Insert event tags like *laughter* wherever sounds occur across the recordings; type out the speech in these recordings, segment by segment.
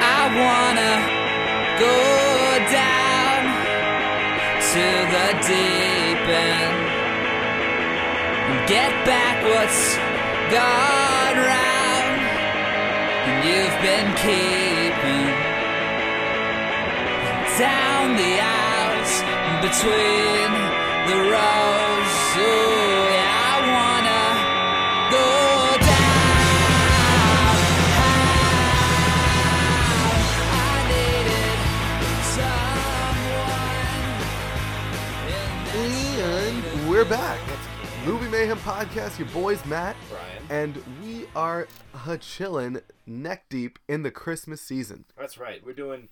wanna go down to the deep end and get back what's gone round and you've been keeping down the aisles and between the rows. Ooh, yeah, I wanna go down. I needed someone in that And we're back. Movie Mayhem Podcast, your boys Matt. Brian. And we are a chillin' neck deep in the Christmas season. That's right. We're doing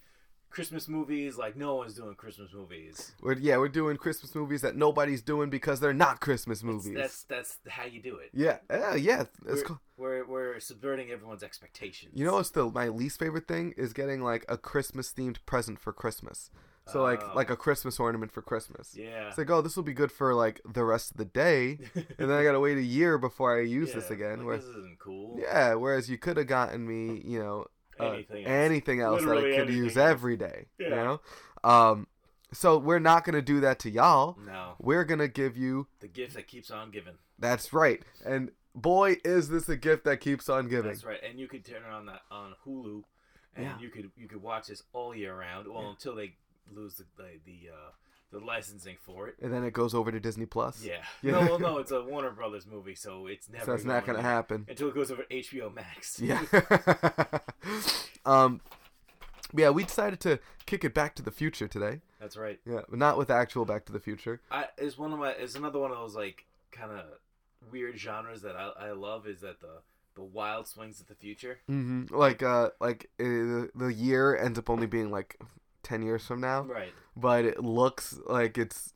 Christmas movies like no one's doing Christmas movies. We're, yeah, we're doing Christmas movies that nobody's doing because they're not Christmas movies. That's that's how you do it. yeah, yeah, yeah. It's We're, cool. we're we're subverting everyone's expectations. You know what's the my least favorite thing is getting like a Christmas themed present for Christmas. So like Oh. like a Christmas ornament for Christmas. Yeah. It's like, oh, this will be good for like the rest of the day, and then I gotta wait a year before I use this Yeah, again. like, where, this isn't cool. yeah, whereas you could have gotten me, you know, uh, Anything anything, else. else Literally that I could anything use else. every day. You Yeah. know, um, so we're not gonna do that to y'all. No. We're gonna give you. The gift that keeps on giving. That's right, and boy, is this a gift that keeps on giving. That's right. And you could turn it on that on Hulu, and Yeah. you could you could watch this all year round. Well, until they lose the the the, uh, the licensing for it. And then it goes over to Disney Plus. Yeah. Yeah. No, *laughs* well, no, it's a Warner Brothers movie, so it's never. so that's not going gonna happen. until it goes over HBO Max. Yeah. *laughs* um, yeah, we decided to kick it back to the future today. *laughs* That's right. Yeah, but not with the actual Back to the Future. I it's one of my it's another one of those like kind of weird genres that I, I love is that the the wild swings at the future. hmm Like, uh, like uh, the the year ends up only being like ten years from now, Right. but it looks like it's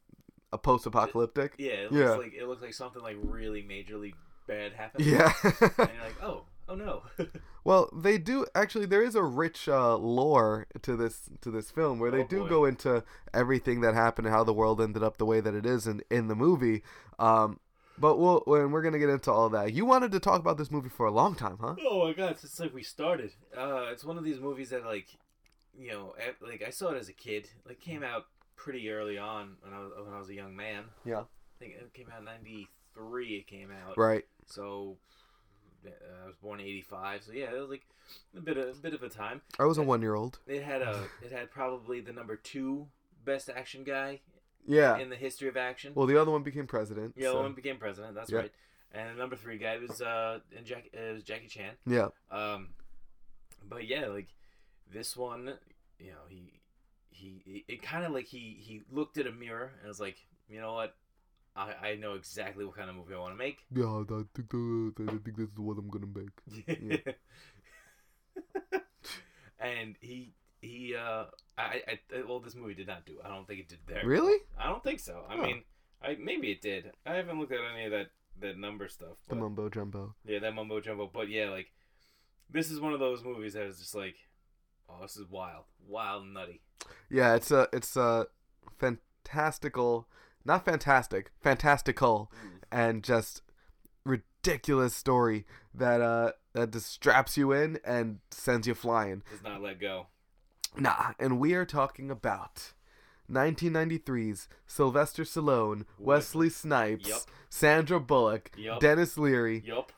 a post-apocalyptic. Yeah. It looks Yeah. like it looks like something like really majorly bad happened. Yeah. *laughs* *laughs* And you're like, oh, oh no. *laughs* well, they do actually. There is a rich uh, lore to this to this film where they Oh, do boy. go into everything that happened, and how the world ended up the way that it is in in the movie. Um, but we'll when we're gonna get into all that. You wanted to talk about this movie for a long time, huh? oh my god, it's just like we started. Uh, it's one of these movies that like, you know, e- like I saw it as a kid. Like came out pretty early on when I was when I was a young man. Yeah. I think it came out in '93. It came out. Right. So uh, I was born in '85. So yeah, it was like a bit of a bit of a time. I was a one year old. It had *laughs* a it had probably the number two best action guy Yeah. in the history of action. Well, the other one became president. yeah, so- one became president. That's Yeah. right. And the number three guy was uh and Jack uh, was Jackie Chan. Yeah. Um, but yeah, like this one, you know, he he it kind of like he he looked at a mirror and was like, you know what, I I know exactly what kind of movie I want to make. Yeah, I think, the, I think this is what I'm gonna make. Yeah. *laughs* and he he uh I, I I- well this movie did not do I don't think it did there Really? I don't think so I Huh. mean I maybe it did I haven't looked at any of that that number stuff The but, mumbo jumbo. yeah that mumbo jumbo but yeah like this is one of those movies that is just like oh this is wild wild and nutty Yeah, it's a it's a fantastical, not fantastic, fantastical, and just ridiculous story that uh that just straps you in and sends you flying. does not let go Nah, and we are talking about 1993's Sylvester Stallone, Wesley Snipes, Yup. Sandra Bullock, Yup. Dennis Leary, yup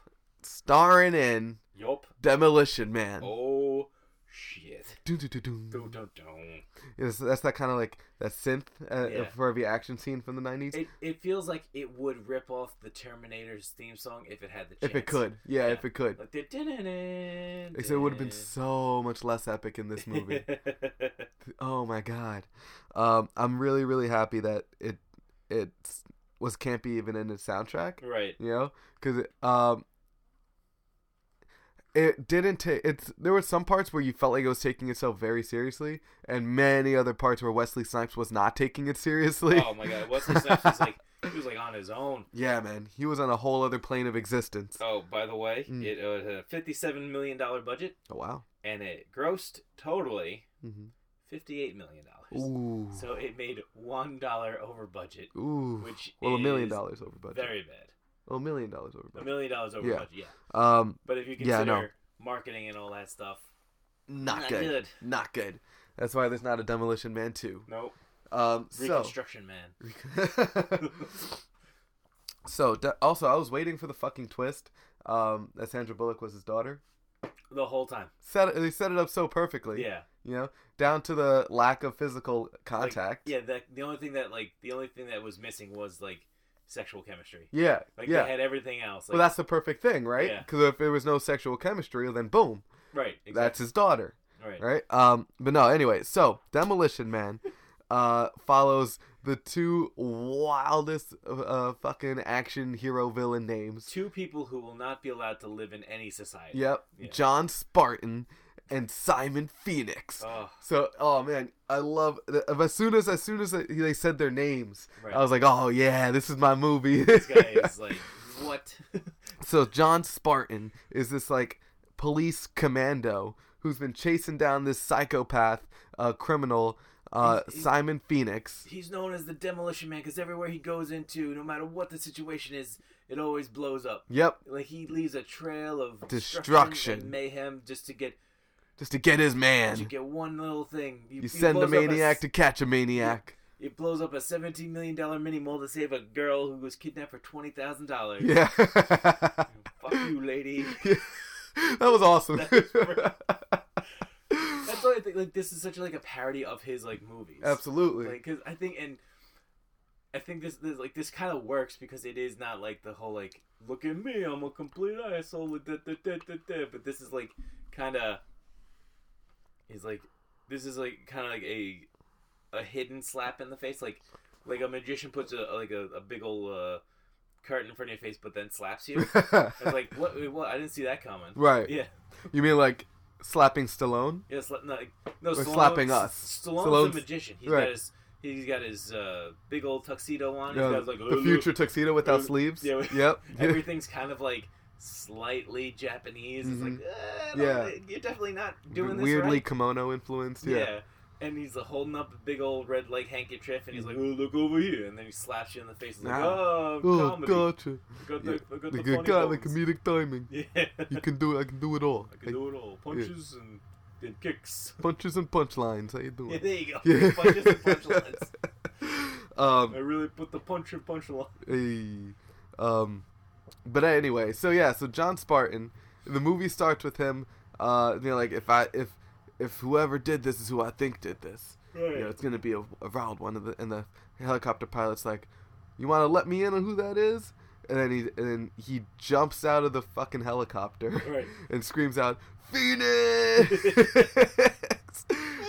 starring in yup Demolition Man. oh shit Dun, dun, dun, dun. dun, dun, dun. It's- that's that kind of like that synth uh, Yeah. for every action scene from the 90s. it it feels like it would rip off the Terminator's theme song if it had the chance If it could, yeah, Yeah. if it could. Like the dun-dun-dun, Except it would have been dun. so much less epic *laughs* in this movie. oh my god, um, I'm really really happy that it it was campy even in its soundtrack. right. You know, because it, um, it didn't take it's. There were some parts where you felt like it was taking itself very seriously, and many other parts where Wesley Snipes was not taking it seriously. Oh my god, Wesley Snipes was like he was like on his own. *laughs* Yeah, man, he was on a whole other plane of existence. Oh, by the way, Mm. it uh, had a fifty-seven million dollar budget Oh wow. and it grossed totally Mm-hmm. fifty-eight million dollars. Ooh. So it made one dollar over budget, Ooh. which well, a million is dollars over budget. Very bad. Well, a million dollars over A budget. million dollars over Yeah. budget. Yeah. Um, But if you Yeah, I consider know. marketing and all that stuff, not, good. Not good. That's why there's not a Demolition Man 2. Nope. Um, so, Reconstruction Man. *laughs* so d- also, I was waiting for the fucking twist um, that Sandra Bullock was his daughter. The whole time. Set it, they set it up so perfectly. Yeah. You know, down to the lack of physical contact. Yeah. That the only thing that like the only thing that was missing was like sexual chemistry. yeah. Like yeah. they had everything else. Like, well, that's the perfect thing, right? Yeah. Because if there was no sexual chemistry, then boom, right. Exactly. that's his daughter. right. right um but no anyway so demolition *laughs* man uh follows the two wildest uh fucking action hero villain names Two people who will not be allowed to live in any society. yep Yeah. john spartan and simon phoenix *laughs* Oh, so oh man i love as soon as as soon as they said their names right. i was like oh yeah this is my movie *laughs* this guy is like what? *laughs* So John Spartan is this like police commando who's been chasing down this psychopath uh, criminal uh, He's- he's- Simon Phoenix. He's known as the Demolition Man because everywhere he goes into, no matter what the situation is, it always blows up. Yep, Like he leaves a trail of Destruction. and mayhem just to get just to get his you man. get one little thing. You send a maniac to catch a *laughs* maniac. It blows up a seventeen million dollar mini mold to save a girl who was kidnapped for twenty thousand dollars. Yeah. *laughs* Fuck you, lady. that was awesome. That was That's why I think like this is such like a parody of his like movies. *laughs* Absolutely. Like, cause I think and I think this, this like this kind of works because it is not like the whole like look at me, I'm a complete asshole. with da, da, da, da, da. But this is like kind of he's like this is like kind of like a a hidden slap in the face, like like a magician puts a like a, a big old uh, curtain in front of your face, but then slaps you. *laughs* It's like what? wait, what? I didn't see that coming. right. Yeah. You mean like slapping Stallone? Yeah, sla- no, no We're Stallone- slapping us. Stallone's, Stallone's- a magician. He's right. got his he's got his uh, big old tuxedo on. He's Yeah, got like the future *laughs* tuxedo without sleeves? Yeah. *laughs* Yep. Everything's kind of like slightly Japanese. Mhm. It's like eh, I don't- Yeah. you're definitely not *laughs* doing this Weirdly right. kimono influenced. Yeah. yeah. And he's like, holding up a big old red like handkerchief, and he's like, "Oh, look over here!" And then he slaps you in the face. He's like, Ah. "Oh, Oh, comedy! gotcha. Got Yeah. the, got the The good funny guy, the bones." comedic timing. *laughs* Yeah, You can do it. I can do it all. I can do it all: punches and, and kicks. Punches and punchlines. How you Yeah, doing? there you go. *laughs* Yeah. Punches and punchlines. *laughs* I um, really put the punch in punch line. eh, um, but anyway, so yeah, so John Spartan. The movie starts with him. Uh, you know, like if I if if whoever did this is who I think did this, you know, it's gonna be a, a wild one. And the, and the helicopter pilot's like, "You want to let me in on who that is?" And then he and then he jumps out of the fucking helicopter. Right. *laughs* and screams out, *laughs* Phoenix!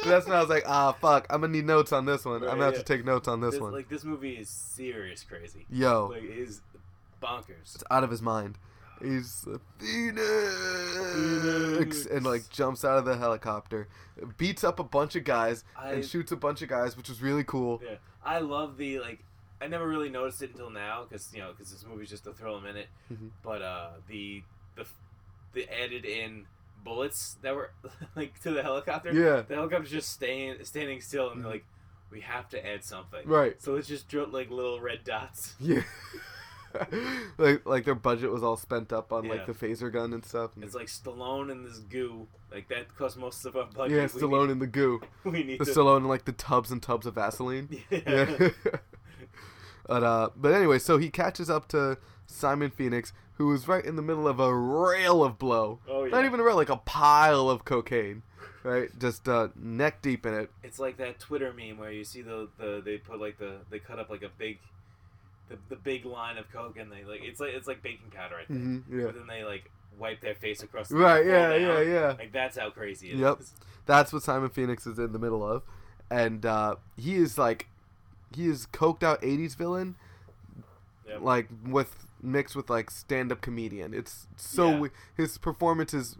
That's when I was like, ah, fuck, I'm gonna need notes on this one. I'm gonna have to Right, take notes on this, one. Like this movie is serious crazy. Yo, Like it is bonkers. it's out of his mind. He's uh, Phoenix! Phoenix. And like jumps out of the helicopter, beats up a bunch of guys, I and shoots a bunch of guys, which was really cool. yeah. I love the like. I never really noticed it until now because you know because this movie's just a thrill a minute. Mhm. But uh the the the added in bullets that were *laughs* like to the helicopter. Yeah. The helicopter's just staying standing still and they're Mhm. like we have to add something. Right. So let's just drill like little red dots. Yeah. *laughs* like, like their budget was all spent up on Yeah. like the phaser gun and stuff. And, It's like Stallone and this goo. Like that cost most of our budget. yeah, We Stallone and the goo. Need, *laughs* we need The to. Stallone and like the tubs and tubs of Vaseline. *laughs* yeah. Yeah. *laughs* but uh, but anyway, so he catches up to Simon Phoenix, who is right in the middle of a rail of blow. *laughs* Oh yeah. Not even a rail, like a pile of cocaine, right? Just uh, neck deep in it. It's like that Twitter meme where you see the, the they put like the they cut up like a big, the, the big line of coke and they like it's like it's like baking powder I think. hmm Yeah. But then they like wipe their face across. The Right. fall Yeah. down. Yeah. Yeah. Like that's how crazy it is. Yep. That's what Simon Phoenix is in the middle of, and uh, he is like, he is coked out '80s villain, Yep. like with mixed with like stand-up comedian. It's so Yeah. we- his performance is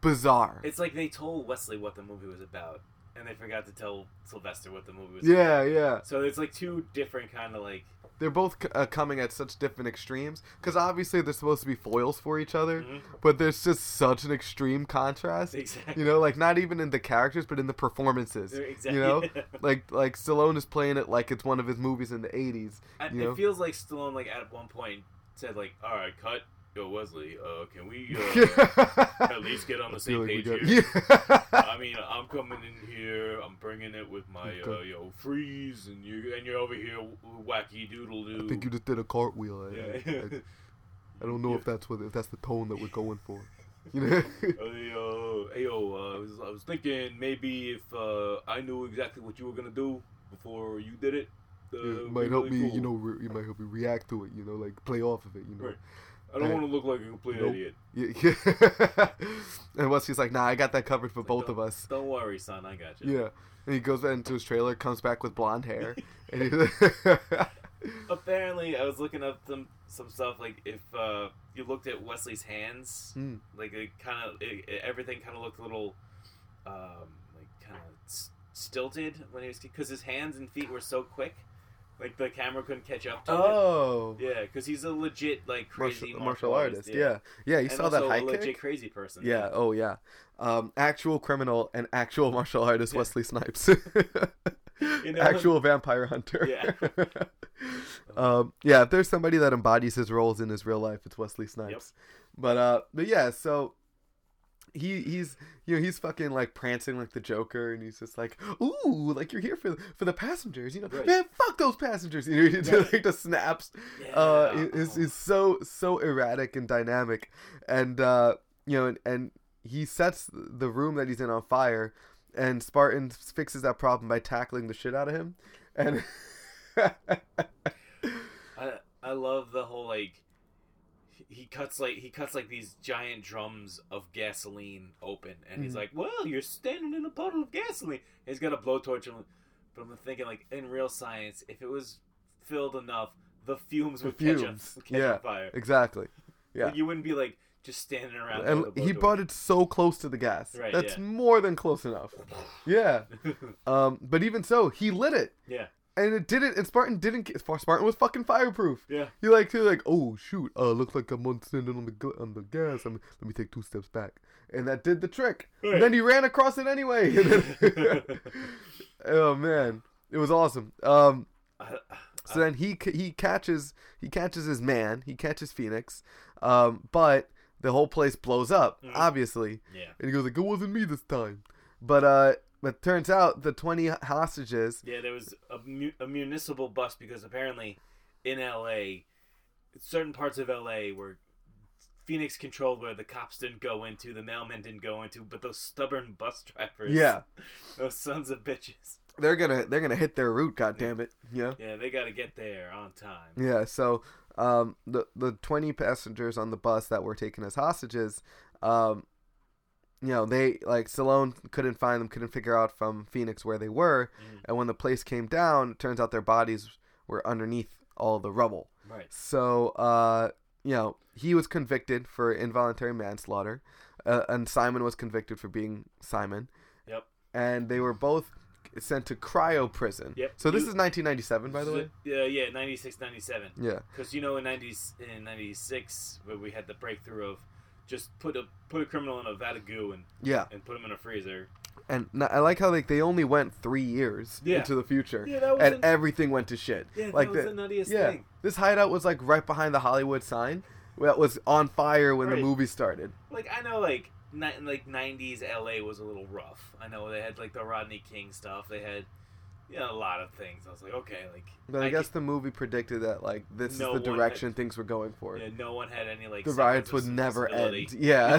bizarre. It's like they told Wesley what the movie was about and they forgot to tell Sylvester what the movie was. yeah. Yeah. About. So it's like two different kind *laughs* of like. they're both c- uh, coming at such different extremes because obviously they're supposed to be foils for each other Mhm. but there's just such an extreme contrast Exactly. you know like not even in the characters but in the performances They're you know *laughs* exactly- like like stallone is playing it like it's one of his movies in the *laughs* 80s I, you know? It feels like Stallone, like at one point, said like, "All right, cut, *laughs* yo Wesley. Uh, can we uh, at least get on the I feel same like we page got- here? *laughs* Yeah. mean, I'm coming in here. I'm bringing it with my uh, yo freeze, and you and you're over here w- wacky doodle doo. I think you just did a cartwheel. I, I- *laughs* Yeah. I- I don't know if that's what if that's the tone that we're going for. *laughs* You know? *laughs* Hey, yo, hey, yo, uh, I, was, I was thinking maybe if uh, I knew exactly what you were gonna do before you did it, *laughs* uh, it it'd might be help really me, cool. you know, re- it might help me react to it, you know, like play off of it, you know. Right. I don't I- want to look like a complete Nope. idiot. Yeah, *laughs* yeah. and once he's like, "Nah, I got that covered for both of Don't- us." Don't worry, son. I got you. Yeah, and he goes back into his trailer, comes back with blonde *laughs* hair, and he, Apparently, I was looking up some some stuff like if uh, you looked at Wesley's hands, Hmm. like it kind of it, it- everything kind of looked a little um, like kind of s- stilted when he was because his hands and feet were so quick, like the camera couldn't catch up to it. oh, Yeah, because he's a legit like crazy *laughs* martial, martial, martial artist. Yeah, yeah, you And saw that also high a legit kick. crazy person. Yeah. Oh, yeah. Um, actual criminal and actual martial artist Yeah. Wesley *laughs* Snipes. *laughs* know? actual vampire hunter. Yeah. *laughs* um, yeah. If there's somebody that embodies his roles in his real life, it's Wesley Snipes. But uh, but yeah. So he he's you know he's fucking like prancing like the Joker, and he's just like, ooh, like you're here for for the passengers, you know, Right. man, fuck those passengers, you know, *laughs* he just, like just snaps Yeah. uh, is is so so erratic and dynamic, and uh, you know, and, and he sets the room that he's in on fire, and Spartan fixes that problem by tackling the shit out of him, and *laughs* I, I love the whole like he- he cuts like he cuts like these giant drums of gasoline open, and he's Mhm. like, "Well, you're standing in a puddle of gasoline." He's got a blowtorch, and, but I'm thinking like in real science, if it was filled enough, the fumes The would catch on, fumes, catch yeah. on fire. exactly, yeah. Like, you wouldn't be like just standing around. and with a he blowtorch. brought it so close to the gas. Right, That's yeah. more than close *laughs* enough. Yeah. Um. But even so, he lit it, yeah, and it didn't. And Spartan didn't. get- Spartan was fucking fireproof. yeah. You like to like, oh shoot, uh, looks like I'm on standing on the gl- on the gas. I'm, let me take two steps back, and that did the trick. Right. Then he ran across it anyway. *laughs* oh man, it was awesome. Um, I- I- so then he ca- he catches he catches his man, he catches Phoenix, um, but the whole place blows up, Mhm. obviously, yeah, and he goes like, it wasn't me this time, but uh, but turns out the twenty hostages *laughs* yeah. There was a, mu- a municipal bus because apparently in L.A., certain parts of L.A. were Phoenix controlled where the cops didn't go into, the mailmen didn't go into, but those stubborn bus *laughs* drivers, Yeah. those sons of bitches, they're gonna they're gonna hit their route, goddamn it, yeah. yeah, they got to get there on time. Yeah, so um, the the twenty passengers on the bus that were taken as hostages, um, you know, they like Stallone couldn't find them, couldn't figure out from Phoenix where they were, Mhm. and when the place came down, it turns out their bodies were underneath all the rubble. Right. So, uh, you know, he was convicted for involuntary manslaughter, uh, and Simon was convicted for being Simon, Yep. and they were both sent to cryo prison. Yep. So this You- is 1997, by the way. Yeah, yeah, 96, 97. Yeah. Because you know in nineties in ninety six where we had the breakthrough of just put a put a criminal in a vat of goo and, Yeah. and put him in a freezer. and n- I like how like they only went three years Yeah. into the future, Yeah, that was and an- everything went to shit. Yeah, that like was the- the nuttiest yeah, thing. this hideout was like right behind the Hollywood sign that was on fire when the Right. movie started. Like I know like ni- like nineties LA was a little rough. I know they had like the Rodney King stuff. They had you know, a lot of things. I was like, okay, like But I, I guess the movie predicted that like this No is one the had- direction things were going for. get- yeah, no one had any like the semblance riots of would never sensibility. end. *laughs* *laughs* Yeah,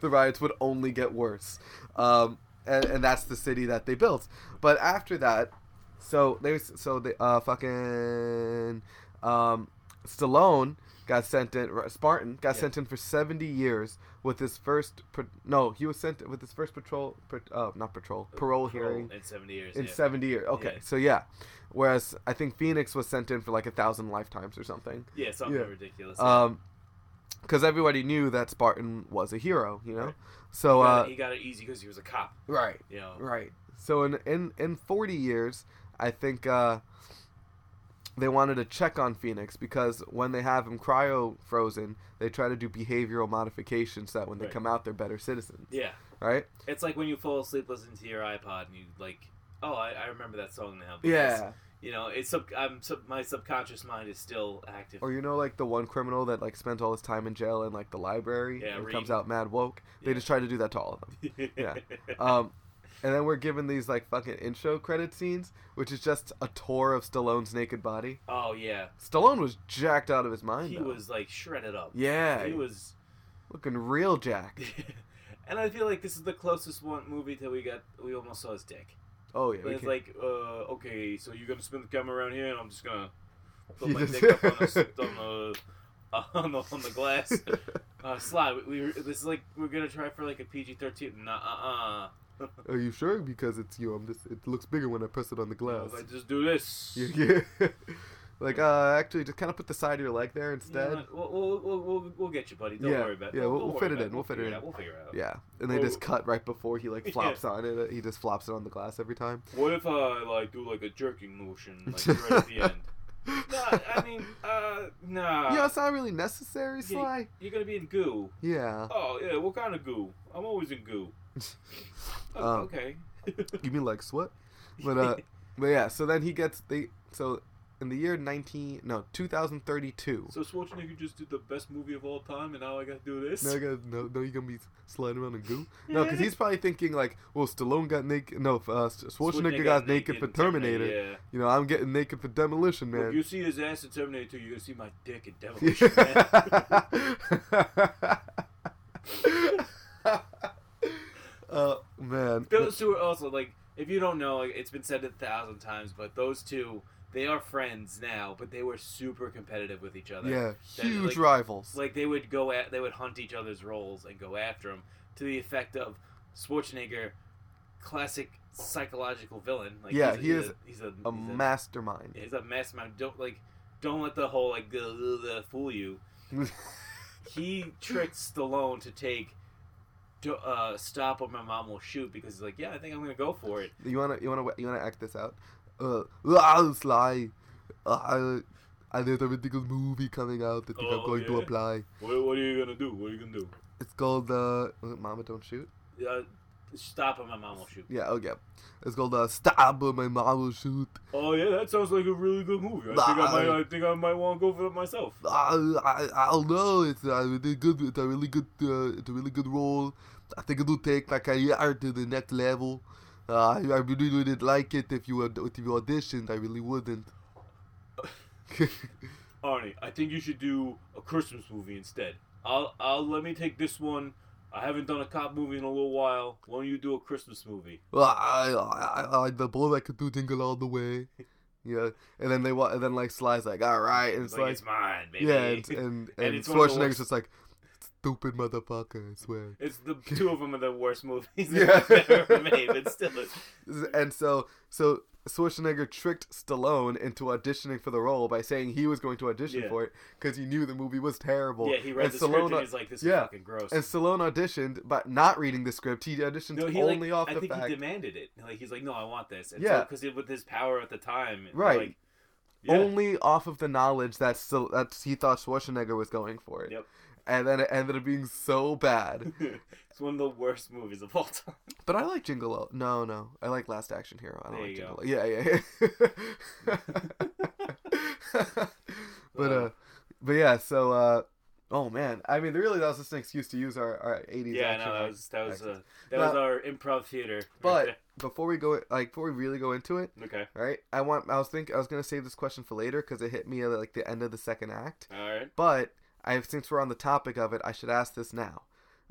the riots would only get worse, um, and, and that's the city that they built. But after that, so they so the uh, fucking um, Stallone got sent in. Spartan got Yeah. sent in for seventy years with his first pa- no he was sent with his first patrol pa- uh, not patrol parole, hearing in seventy years. in yeah. seventy years. Okay, Yeah. so yeah, whereas I think Phoenix was sent in for like a thousand lifetimes or something. yeah, something yeah. ridiculous. Um 'cause because everybody knew that Spartan was a hero, you know. Right. So, He got uh, it- he got it easy because he was a cop. right, You know, right. So in in in forty years, I think uh, they wanted to check on Phoenix because when they have him cryo frozen, they try to do behavioral modifications so that when they Right. come out, they're better citizens, yeah. right? It's like when you fall asleep listening to your iPod and you like, oh, I, I remember that song now. because, Yeah, you know, it's sub- I'm sub- my subconscious mind is still active. Or you know, like the one criminal that like spent all his time in jail in like the library Yeah, and reading. comes out mad woke. They Yeah. just try to do that to all of them. *laughs* yeah. Um, and then we're given these like fucking intro credit scenes, which is just a tour of Stallone's naked body. oh yeah, Stallone was jacked out of his mind. he though. was like shredded up. Yeah, he was. *laughs* looking real jacked. and I feel like this is the closest one movie that we got. We almost saw his dick. Oh yeah, And we it's can't- like, uh, okay, so you're gonna spin the camera around here, and I'm just *laughs* gonna put You my just- dick up on the, on the *laughs* on the, on the *laughs* glass uh, slide. We, we this is like we're gonna try for like a PG-13. Nah, uh, uh. Are you sure? Because it's you. know, I'm just. It looks bigger when I press it on the glass. *laughs* Like, just do this. Yeah, yeah. *laughs* like uh, actually, just kind of put the side of your leg there instead. You know what? we'll, we'll, we'll, we'll, we'll get you, buddy. Don't Yeah, worry about it. yeah, Don't- we'll- don't we'll worry fit it about in, we'll fit it figure in. We'll figure it out. Yeah, and they just Oh. cut right before he *laughs* Yeah. like flops on it. He just flops it on the glass every time. What if I like do like a jerking motion *laughs* like right at the end? No, I mean, uh, nah. you know, it's not really necessary, Yeah. Sly. You're gonna be in goo. Yeah. Oh yeah, what kind of goo? I'm always in *laughs* goo. Oh, Um, okay. *laughs* You mean like sweat? But uh, but yeah. So then he gets they so in the year nineteen no two thousand thirty two. so Schwarzenegger just did the best movie of all time, and now I gotta do this. No, I gotta- no, no, you're gonna be sliding around in *laughs* goo. No, because he's probably thinking like, well, Stallone got naked. No, uh, Schwarzenegger got naked, for in Terminator. yeah. You know, I'm getting naked for Demolition Man. If you see his ass in Terminator 2, you're gonna see my dick in *laughs* Demolition Man. *laughs* oh man. *laughs* Those two are also like, if you don't know, like, it's been said a thousand times, but those two, they are friends now, but they were super competitive with each other. yeah, That- huge like- rivals. Like they would go at, they would hunt each other's roles and go after them to the effect of Schwarzenegger, classic psychological villain. Like Yeah, he's a- he he's is A, he's a, a he's a- mastermind. He's a mastermind. Don't like, don't let the whole like the, the, the *laughs* fool you. He tricked Stallone to take, to, uh, stop or my mom will shoot because he's like, yeah, I think I'm gonna go for it. you wanna, you wanna, you wanna act this out? Uh, wow, Sly. Uh, I, I there's a ridiculous movie coming out. I think Oh, I'm going to yeah? apply. What, what are you gonna do? What are you gonna do? It's called uh, was it Mama Don't Shoot. Uh, stop or my mom will shoot. Yeah, okay. It's called uh, Stab or My Mom Will Shoot. Oh yeah, that sounds like a really good movie. I think I might, I think I might want to go for it myself. I, I, I don't know. It's a really good. It's a really good. Uh, it's a really good role. I think it'll take my career to the next level. Uh, I, I really wouldn't like it if you had- if you auditioned. I really wouldn't. Arnie, I think you should do a Christmas movie instead. I'll, I'll let me take this one. I haven't done a cop movie in a little while. Why don't you do a Christmas movie? Well, I, I, I, the boy that could do jingle all the way. Yeah, and then they wa- and then like Sly's like, all right, and it's like, like, it's mine, baby. *laughs* yeah, uh, and and, and, it's one of the Schwarzenegger's worst- just like, stupid motherfucker, I swear. It's the two of them are the worst movies Yeah. that have ever *laughs* made, but still, it's- And so, so Schwarzenegger tricked Stallone into auditioning for the role by saying he was going to audition Yeah. for it because he knew the movie was terrible. yeah, he read and the Stallone, script and he's like, "This is yeah. fucking gross." and Stallone auditioned, but not reading the script. He auditioned no, he only like, off I the think fact. he demanded it. Like he's like, "No, I want this." And Yeah. because with his power at the time, Right. Like, yeah. Only off of the knowledge that Stal- that he thought Schwarzenegger was going for it. Yep. And then it ended up being so bad. *laughs* *laughs* it's one of the worst movies of all time. But I like Jingle. All- No, no, I like Last Action Hero. I don't There like you Jingle. go. All- Yeah, yeah. *laughs* but *laughs* uh, but yeah. So uh, oh man, I mean, really, that was just an excuse to use our our eighties. yeah, action no, that act- was that was uh, actors. that Now- was our improv theater. right But before we go, like before we really go into it, there. okay, right? I want. I was think I was gonna save this question for later because it hit me at like the end of the second act. all right. But I since we're on the topic of it, I should ask this now.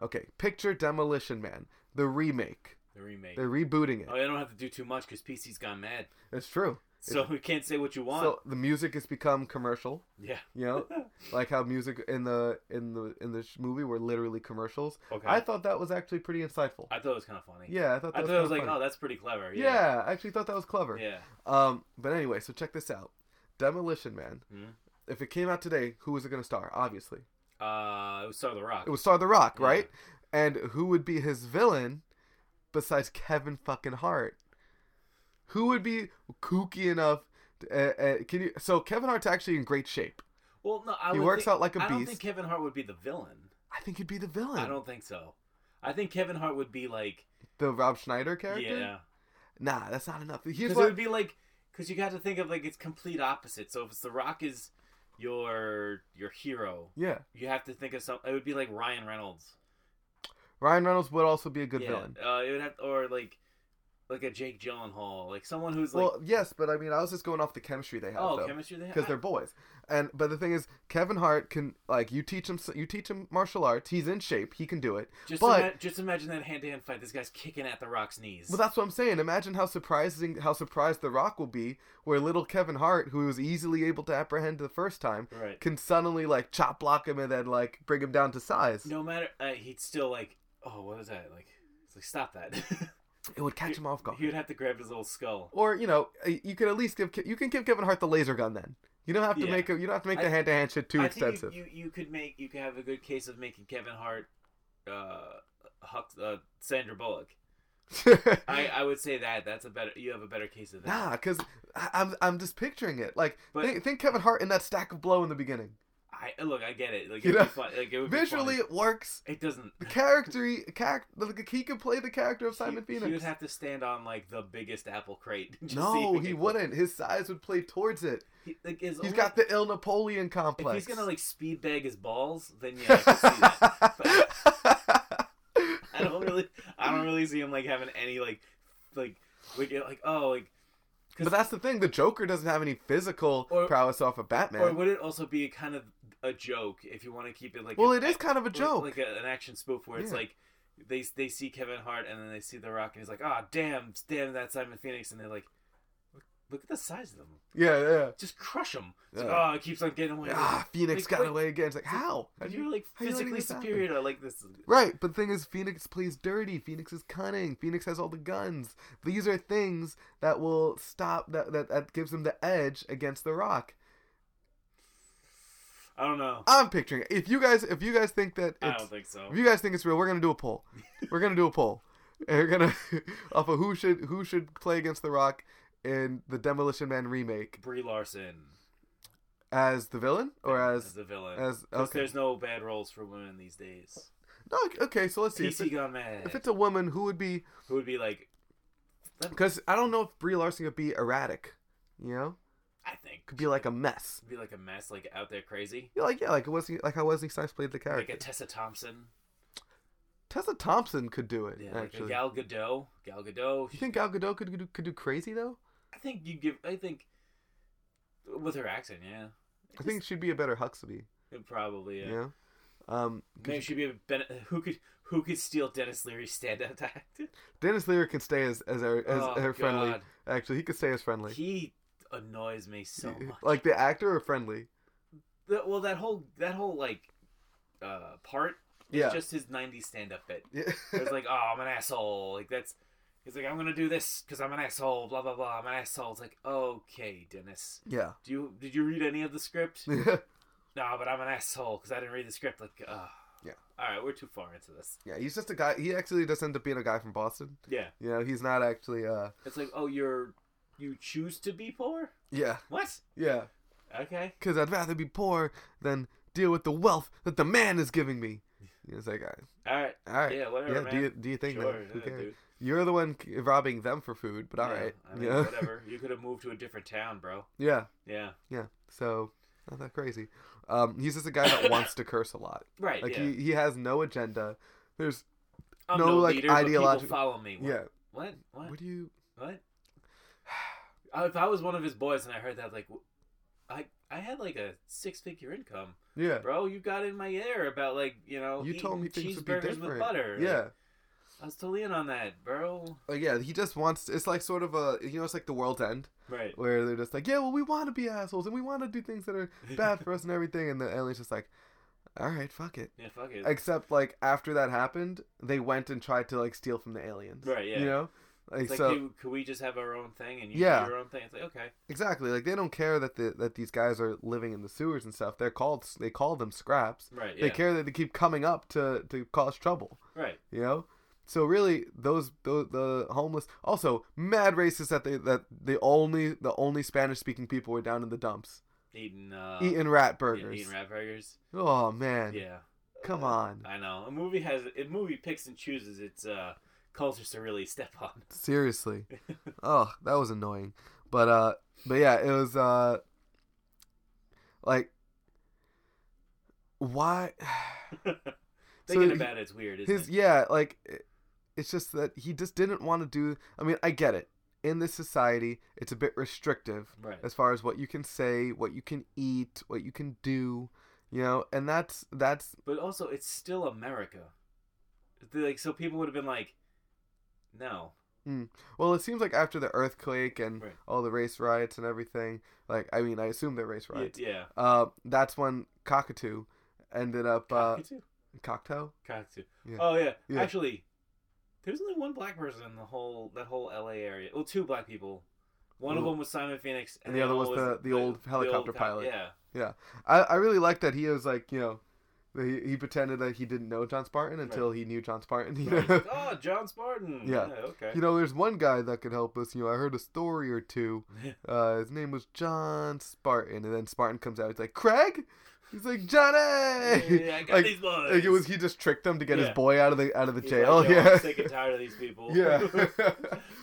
Okay, picture Demolition Man, the remake. The remake. They're rebooting it. Oh, I don't have to do too much because PC's gone mad, It's true. so we can't say what you want. So the music has become commercial, yeah. you *laughs* know, like how music in the in the in this movie were literally commercials. Okay. I thought that was actually pretty insightful. I thought it was kind of funny. yeah, I thought that I was, thought it was like, kinda oh, funny. that's pretty clever. Yeah. yeah. I actually thought that was clever. Yeah. Um, but anyway, so check this out, Demolition Man. Mhm. If it came out today, who was it going to star? Obviously, Uh, it was Star of the Rock. it would star The Rock, Yeah. right? And who would be his villain besides Kevin fucking Hart? Who would be kooky enough? Uh, uh, can you? So Kevin Hart's actually in great shape. well, no, I he would works think- out like a I don't beast. think Kevin Hart would be the villain. I think he'd be the villain. I don't think so. I think Kevin Hart would be like, The Rob Schneider character? yeah, Nah, that's not enough. Here's because it what would be like because you got to think of like it's complete opposite. So if it's The Rock is your your hero, Yeah, you have to think of some. It would be like Ryan Reynolds. Ryan Reynolds would also be a good villain. Uh, it would have or like like a Jake Gyllenhaal, like someone who's like well, yes, but I mean, I was just going off the chemistry they have. oh though. chemistry they have because they're boys. And but the thing is, Kevin Hart can like you teach him you teach him martial arts. He's in shape. He can do it. Just, But- ima- just imagine that hand to hand fight. This guy's kicking at the Rock's knees. Well, that's what I'm saying. Imagine how surprising how surprised The Rock will be, where little Kevin Hart, who was easily able to apprehend the first time, right. can suddenly like chop block him and then like bring him down to size. No matter, uh, he'd still like, oh, what is that? Like, it's like stop that. *laughs* It would catch him off guard. he would have to grab his little skull. Or you know, you could at least give Ke- you can give Kevin Hart the laser gun then. You don't have to Yeah. make a, you don't have to make I- the hand to hand shit too I think you- extensive. You, you could make you could have a good case of making Kevin Hart, uh, Huck, uh Sandra Bullock. I, I would say that that's a better. You have a better case of *laughs* that. Nah, because I'm I'm just picturing it. Like But- think, think Kevin Hart in that stack of blow in the beginning. I look, I get it. Like You it'd know, be fun. Like it would Visually, be fun. it works. It doesn't. The character, character, like he could play the character of Simon he, Phoenix. He would have to stand on like the biggest apple crate. *laughs* Just see if no, could- he wouldn't. His size would play towards it. He, like, his He's only- got the ill Napoleon If complex. he's gonna *laughs* like speed bag his balls, then yeah, I can see that. But I don't really, I don't really see him like having any like, like, like, you know, like oh, like, but that's the thing. The Joker doesn't have any physical Or- prowess off of Batman. or would it also be kind of a joke if you want to keep it like? well, an it is ac- kind of a like- joke. like, a, an action spoof where it's Yeah. like they they see Kevin Hart and then they see The Rock and he's like, oh damn, damn that Simon Phoenix, and they're like, look, look at the size of them, yeah, yeah. just crush them. It's Yeah. like, oh, it keeps on getting away. Ah, Phoenix Like, got wait, away again. It's like how? How'd You're like how you letting physically this happen? superior to like this. Right, but the thing is, Phoenix plays dirty. Phoenix is cunning. Phoenix has all the guns. These are things that will stop that that, that gives him the edge against The Rock. I don't know. I'm picturing it. If you guys, if you guys think that I Uh, it's, don't think so. if you guys think it's real, we're gonna do a poll. We're gonna do a poll. And we're gonna *laughs* off of who should who should play against The Rock in the Demolition Man remake Brie Larson. as the villain or as the villain. as 'Cause okay There's no bad roles for women these days. no okay. So let's see if, PC it, gone mad. if it's a woman, who would be Who would be like? because I don't know if Brie Larson could be erratic. You know. I think could be like a mess. be like a mess, like out there crazy, You're like, yeah, like Wesley, like how Wesley Snipes played the like character. a Tessa Thompson, Tessa Thompson could do it. yeah, like a actually, Gal Gadot. Gal Gadot. you think Gal Gadot could do, could do crazy though? I think you give. I think with her accent, yeah. I think she'd be a better Huxley. It probably Yeah. yeah. You know? Um, Maybe she'd be a ben- who could who could steal Dennis Leary's stand-up act. Dennis Leary can stay as as our as Oh, our friendly. God. Actually, he could stay as friendly. He annoys me so much. like the actor or friendly? The- well, that whole that whole like uh part is Yeah. just his '90s stand-up bit. Yeah. It's like, *laughs* oh, I'm an asshole. Like that's. He's like, I'm gonna do this because I'm an asshole. Blah blah blah. I'm an asshole. It's like, okay, Dennis. *laughs* yeah. *laughs* Do you did you read any of the script? no, but I'm an asshole because I didn't read the script. Like, uh Yeah. All right, we're too far into this. yeah. He's just a guy. He actually does end up being a guy from Boston. Yeah. You know, he's not actually. uh It's like, oh, you're you choose to be poor. Yeah. What? Yeah. Okay. Because I'd rather be poor than deal with the wealth that the man is giving me. It's like, all right. All right. All right. Yeah. Whatever, yeah, man. do you do you think sure. man? Who yeah, cares? dude. You're the one c- robbing them for food, but all Yeah, right, I mean, yeah, *laughs* Whatever. You could have moved to a different town, bro. yeah, Yeah. yeah. So not that crazy. Um, he's just a guy that wants to curse a lot. Right. *laughs* Like yeah. he, he has no agenda. There's I'm no, no, like, leader, but people ideological- Follow me. What? yeah. What? What? What do you? What? Uh, *sighs* if I was one of his boys and I heard that, like, w- I I had like a six figure income, Yeah. bro. You got in my ear about like you know You told me eating things would be cheeseburgers different. with butter. Like, Yeah. I was totally in on that, bro. Like, yeah. He just wants. It's like sort of a you know it's like the world's end Right. where they're just like yeah well we want to be assholes and we want to do things that are bad for us and everything and the alien's just like all right fuck it Yeah, fuck it. except like after that happened they went and tried to like steal from the aliens Right, yeah. you know like, it's like, so you, could we just have our own thing and you Yeah. do your own thing? It's like okay, exactly like they don't care that the that these guys are living in the sewers and stuff they're called they call them scraps right? they Yeah. care that they keep coming up to to cause trouble Right. you know so really those the, the homeless also mad racist that they that the only the only spanish speaking people were down in the dumps Eating uh, eating rat yeah, burgers eating rat burgers. oh man Yeah, come *laughs* on I know. A movie has a movie picks and chooses its uh cultures to really step on. *laughs* Seriously. oh, that was annoying. But uh But yeah, it was uh like why Thinking he- about it's weird, isn't his it? yeah like it- it's just that he just didn't want to do i mean i get it in this society it's a bit restrictive Right. as far as what you can say what you can eat what you can do you know and that's that's But also, it's still America. They're Like, so people would have been like, no. well it seems like after the earthquake and Right. all the race riots and everything like i mean i assume they're race Y- riots Yeah. uh, that's when cockatoo ended up uh Cockatoo. cocktail Cockatoo. yeah. Oh yeah. Yeah. Actually, there's only one black person in the whole that whole L.A. area. Well, two black people. One of Ooh. them was Simon Phoenix, And the other was the- the old helicopter cop- pilot. *laughs* Yeah. I, I really like that he was like you know he, he pretended that he didn't know john spartan until he knew john spartan *laughs* you Right. know? oh, John Spartan. Yeah. okay. You know, there's one guy that could help us. You know, I heard a story or *laughs* two. Uh, his name was John Spartan, and then Spartan comes out. He's like, Craig. He's like Johnny. Yeah, I got like, these *laughs* boys. like it was he just tricked them to get Yeah. his boy out of the out of the He's jail. like, "Yo, I'm *laughs* sick and tired of these people. oh, *laughs* yeah, yeah. *laughs*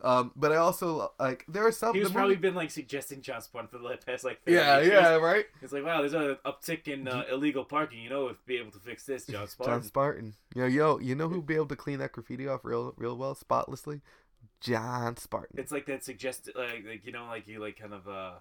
um, but I also like there are some. He's the probably movie- been like suggesting John Spartan for the past like 30 yeah, years. yeah, right. It's like wow, there's an uptick in uh, illegal parking. You know, if be able to fix *laughs* this, John Spartan. John Spartan. Yo, yo, you know who'd be able to clean that graffiti off real, real well, spotlessly? John Spartan. It's like that suggested, like, like you know, like you like kind of uh,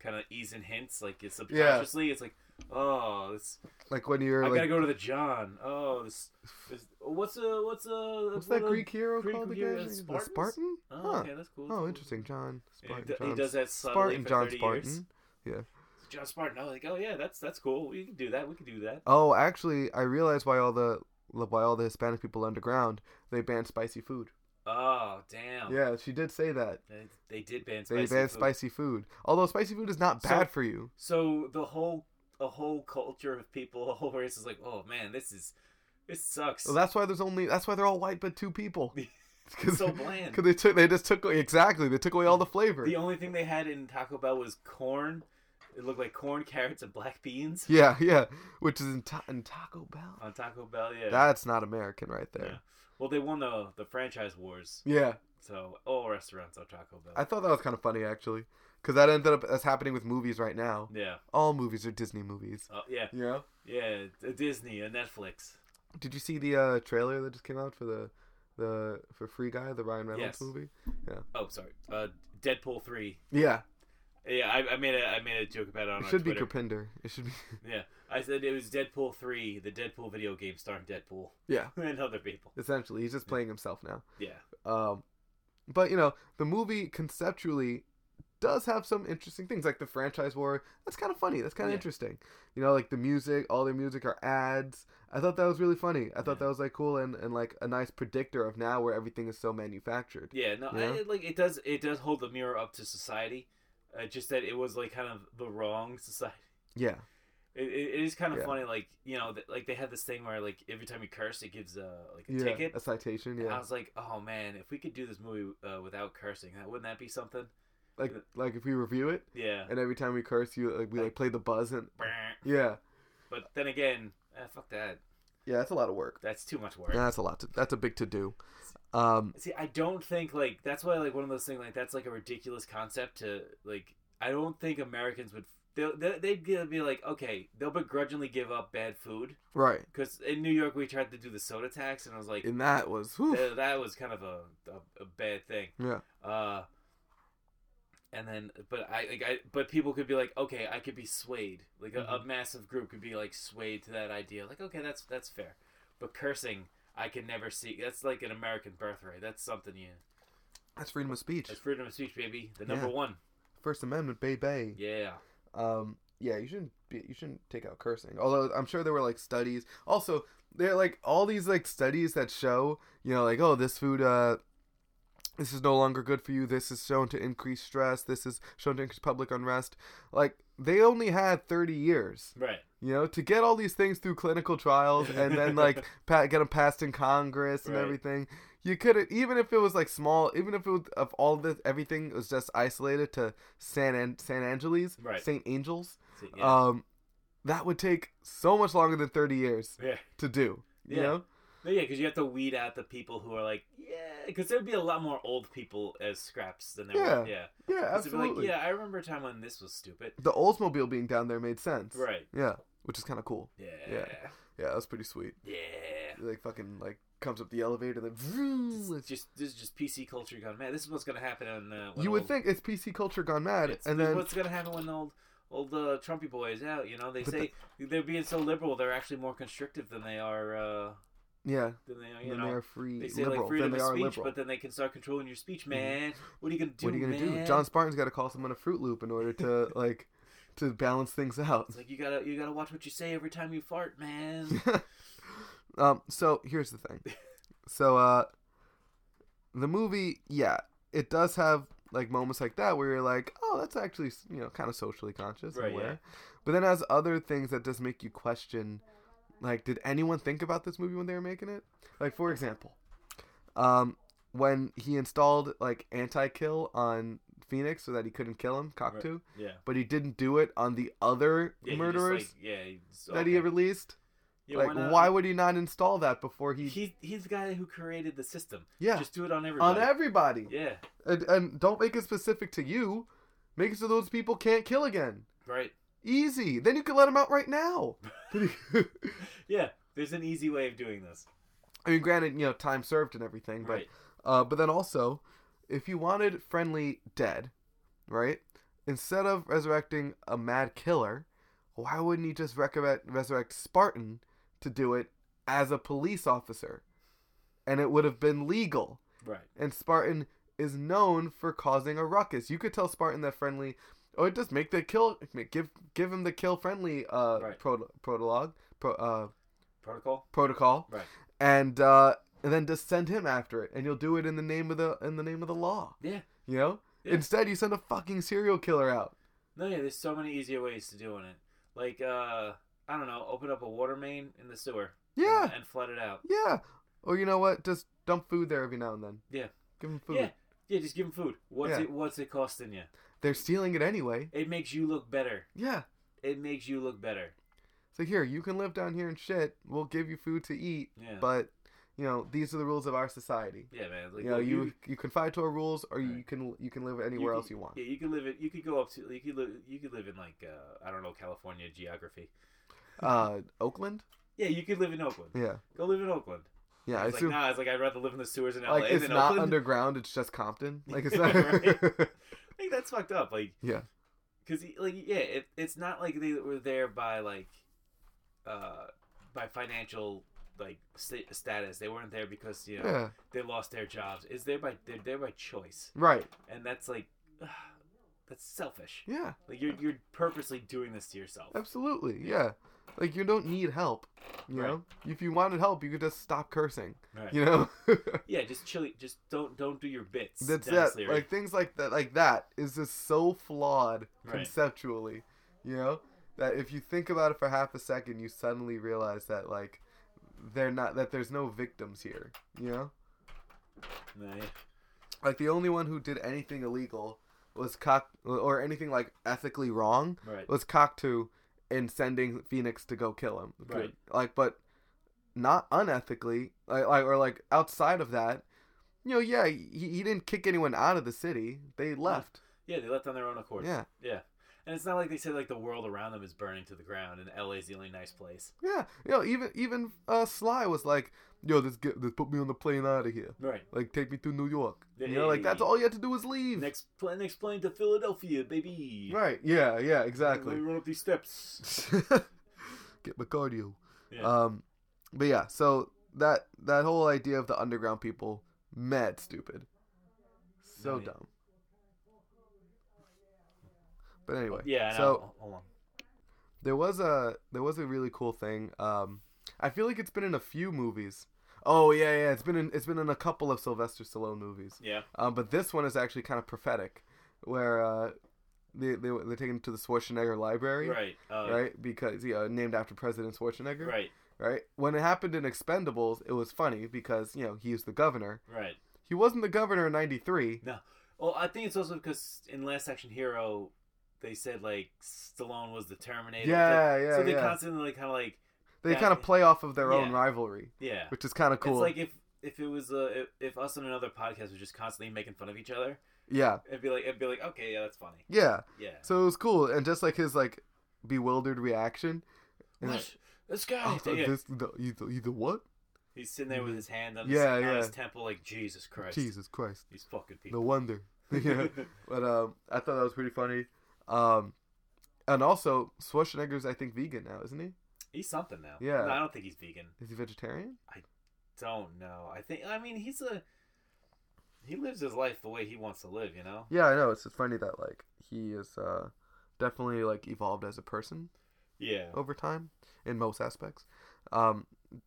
kind of ease in hints, like it's Yeah. subconsciously. It's like, oh, this, like when you're I like, gotta go to the John. Oh, this, this what's uh, what's uh, what's what that a- Greek hero Greek called hero again? is The Spartans? Spartan? Oh, huh. okay, that's cool. that's Oh, cool. interesting, John Yeah, he Spartan. d- he John does that subtly Spartan, for John 30 Spartan. Years. John Spartan. Oh, like oh yeah, that's that's cool. We can do that. We can do that. Oh, actually, I realized why all the why all the Hispanic people underground they banned spicy food. Oh damn. Yeah, she did say that They, they did ban they spicy. banned food. spicy food. Although spicy food is not So- bad for you. So the whole a whole culture of people, *laughs* a whole race is like, oh man, this is this sucks. Well, that's why there's only that's why they're all white but two *laughs* people. Because *laughs* so bland. they took they just took exactly they took away all the flavor. The only thing they had in Taco Bell was corn. It looked like corn, *laughs* carrots, and black beans Yeah, yeah, which is in, ta- in Taco Bell. on Taco Bell. Oh, Yeah. That's not American right Yeah. there. Well, they won the the franchise wars, yeah. so all restaurants are Taco Bell. I thought that was kind of funny actually, because that ended up that's happening with movies right now. yeah. All movies are Disney movies. Oh yeah. Yeah. Yeah. A Disney, a Netflix. Did you see the uh, trailer that just came out for the the for Free Guy, the Ryan Reynolds Yes. movie? Oh, sorry. Uh, Deadpool three. Yeah, Yeah, I, I made a I made a joke about it on it our should Twitter. be Carpenter. It should be. *laughs* Yeah, I said it was Deadpool three, the Deadpool video game starring Deadpool *laughs* Yeah, and other people. essentially, he's just playing himself now. Yeah, Um, but you know, the movie conceptually does have some interesting things, like the franchise war. That's kind of funny. That's kind of Yeah. interesting. You know, like the music, all their music are ads. I thought that was really funny. I thought Yeah. that was like cool and, and like a nice predictor of now where everything is so manufactured. yeah. No, I, Yeah. it, like it does it does hold the mirror up to society. Uh, just that it was like kind of the wrong society. Yeah, It, it, it is kind of Yeah. funny, like you know, th- like they had this thing where like every time you curse, it gives a like a yeah, ticket. a citation. And I Yeah, was like, oh man, if we could do this movie uh, without cursing, that wouldn't that be something? like like if we review it Yeah. and every time we curse you, like we like play the buzz and Brr. yeah, But then again, eh, fuck that. yeah, that's a lot of work. That's too much work. That's a lot. To, that's a big to do. Um, See, I don't think like that's why like one of those things like that's like a ridiculous concept to like. I don't think Americans would they they- they'd be be like okay they'll begrudgingly give up bad food right, because in New York we tried to do the soda tax and I was like and that was whew. that, that was kind of a, a, a bad thing. yeah, Uh, and then but I like I but people could be like okay I could be swayed like a, a massive group could be like swayed to that idea like okay that's that's fair, but cursing. I can never see. That's like an American birthright. That's something you that's freedom of speech. it's freedom of speech, baby. The number Yeah. one. First Amendment, baby. Yeah. Um, yeah, you shouldn't be, you shouldn't take out cursing. Although I'm sure there were like studies. Also, there are like all these like studies that show, you know, like oh, this food, uh, this is no longer good for you. This is shown to increase stress. This is shown to increase public unrest. Like they only had 30 years, Right. you know, to get all these things through clinical trials and then like *laughs* pa- get them passed in Congress and Right. everything. You could have even if it was like small, even if it was of all this everything was just isolated to San An- San Angeles, Right. Saint Angels. So, yeah. Uh, Um, that would take so much longer than thirty years yeah. to do. You Yeah. know, No, yeah, because you have to weed out the people who are like, yeah, because there'd be a lot more old people as scraps than there Yeah, were. Yeah, Yeah, 'Cause it'd be absolutely. Like, yeah, I remember a time when this was stupid. The Oldsmobile being down there made sense. Right. Yeah, which is kind of cool. Yeah. Yeah. Yeah, that was pretty sweet. Yeah. It, like fucking like comes up the elevator, then vroom, It's it's- just this is just PC culture gone mad. This is what's gonna happen on. Uh, when you would old- think it's PC culture gone mad, It's- and this is then what's gonna happen when old old uh, Trumpy boy is out? You know, they But say they're being so liberal, they're actually more constrictive than they are. Uh, yeah, than they are. You then know, they are free they say liberal, like freedom then they of are speech, liberal. Mm-hmm. but then they can start controlling your speech, man. What are you gonna do? what are you gonna do? man? John Spartan's got to call someone a Fruit Loop in order *laughs* to like to balance things out. It's like you gotta you gotta watch what you say every time you fart, *laughs* man. um, so here's the thing. So uh, the movie, yeah, it does have like moments like that where you're like, oh, that's actually you know kind of socially conscious, and Right, aware. yeah. But then has other things that just make you question, like, did anyone think about this movie when they were making it? Like, for example, um, when he installed like anti-kill on Phoenix so that he couldn't kill him, Right. Cocktoo, Yeah. but he didn't do it on the other Yeah, he just, murderers like, yeah, he just- that he okay. released Yeah, like, why, not? would he not install that before he? he? He's the guy who created the system. yeah, Just do it on everybody. on everybody, Yeah, and, and don't make it specific to you. Make it so those people can't kill again. right. Easy. Then you can let them out right *laughs* now. Yeah, there's an easy way of doing this. I mean, granted, you know, time served and everything, but Right. uh, but then also, if you wanted friendly dead, right? Instead of resurrecting a mad killer, why wouldn't you just recommend resurrect Spartan to do it as a police officer? And it would have been legal. Right. and Spartan is known for causing a ruckus. You could tell Spartan that friendly, or just make the kill, make- give give him the kill friendly uh Right. pro- prologue pro, uh, Protocol. protocol, Right. and uh, and then just send him after it, and you'll do it in the name of the in the name of the law. Yeah. You know, Yeah. instead you send a fucking serial killer out. No, yeah. There's so many easier ways to doing it. Like, uh, I don't know, open up a water main in the sewer. Yeah, And, and flood it out. yeah. Or you know what? Just dump food there every now and then. Yeah. Give them food. Yeah. Yeah. Just give him food. What's Yeah. it? What's it costing you? They're stealing it anyway. It makes you look better. Yeah. It makes you look better. So here, you can live down here and shit. We'll give you food to eat. Yeah. but you know these are the rules of our society yeah, man. Like, you know look, you you confide to our rules or you Right. can you can live anywhere could- else you want Yeah, you could live it. You could go up to. You could live. You could live in like uh, I don't know California geography. uh oakland Yeah, you could live in Oakland. yeah Go live in Oakland. yeah i I was like, assume nah. It's like I'd rather live in the sewers in LA like it's than not Oakland. underground it's just compton *laughs* like it's not Right. I think that's fucked up. *laughs* Like, Yeah. because like yeah, it, it's not like they were there by like, uh, by financial like sta- status. They weren't there because you know *laughs* yeah they lost their jobs. It's there by they're there by choice, right and that's like, that's selfish. yeah Like you're you're purposely doing this to yourself. absolutely yeah like you don't need help you Right. know if you wanted help you could just stop cursing Right. you know *laughs* Yeah, just chill. Just don't don't do your bits. that's Dennis that Leary. like things like that like that is just so flawed Right. conceptually you know that if you think about it for half a second you suddenly realize that like they're not that there's no victims here you know Nah, yeah. like the only one who did anything illegal was cock or anything like ethically wrong right. was Cocktoo in sending Phoenix to go kill him Right. like but not unethically like, like or like outside of that you know yeah he, he didn't kick anyone out of the city they left Yeah, they left on their own accord. Yeah, Yeah. And it's not like they said like the world around them is burning to the ground and LA's the only nice place. yeah. You know, even even uh, Sly was like, "Yo, this get this put me on the plane out of here. Right. Like, take me to New York. Yeah, you know, like yeah, that's yeah. all you had to do was leave. Next plan next plane to Philadelphia, baby. Hmm. Right? Yeah, yeah, Let exactly. me run up these steps. *laughs* get my cardio. Yeah. Um, but yeah, so that that whole idea of the underground people, mad stupid, so No, yeah. dumb. But anyway, yeah, I So know. Hold on. there was a there was a really cool thing. Um, I feel like it's been in a few movies. Oh yeah, yeah, it's been in it's been in a couple of Sylvester Stallone movies. Yeah. Um, but this one is actually kind of prophetic, where uh, they they they take him to the Schwarzenegger Library, Right. Uh, right. right? Because you know, named after President Schwarzenegger, Right. right? When it happened in Expendables, it was funny because you know he was the governor. Right. He wasn't the governor in '93. Well, I think it's also because in Last Action Hero they said like Stallone was the Terminator. Yeah, It's like- yeah, So they yeah. constantly like kind of like They Yeah, kind of it- play off of their own yeah. rivalry, Yeah. which is kind of cool. It's like if if it was uh, if, if us and another podcast was just constantly making fun of each other, yeah, it'd be like it'd be like okay, yeah, that's funny. yeah. Yeah. So it was cool, and just like his like bewildered reaction. and like, What? This guy. Oh, Yeah. this, the, you, the, you the what? He's sitting there with his hand on, Yeah, his, on yeah. his temple, like Jesus Christ. Jesus Christ! These fucking No people. wonder. *laughs* *laughs* yeah. But um, I thought that was pretty funny. Um, and also Schwarzenegger's I think vegan now, isn't he? he's something now. Yeah. No, I don't think he's vegan. Is he vegetarian? Don't know. I think. I mean, he's a. He lives his life the way he wants to live. You know. Yeah, I know. It's just funny that like he is uh, definitely like evolved as a person Yeah. over time in most aspects. Um,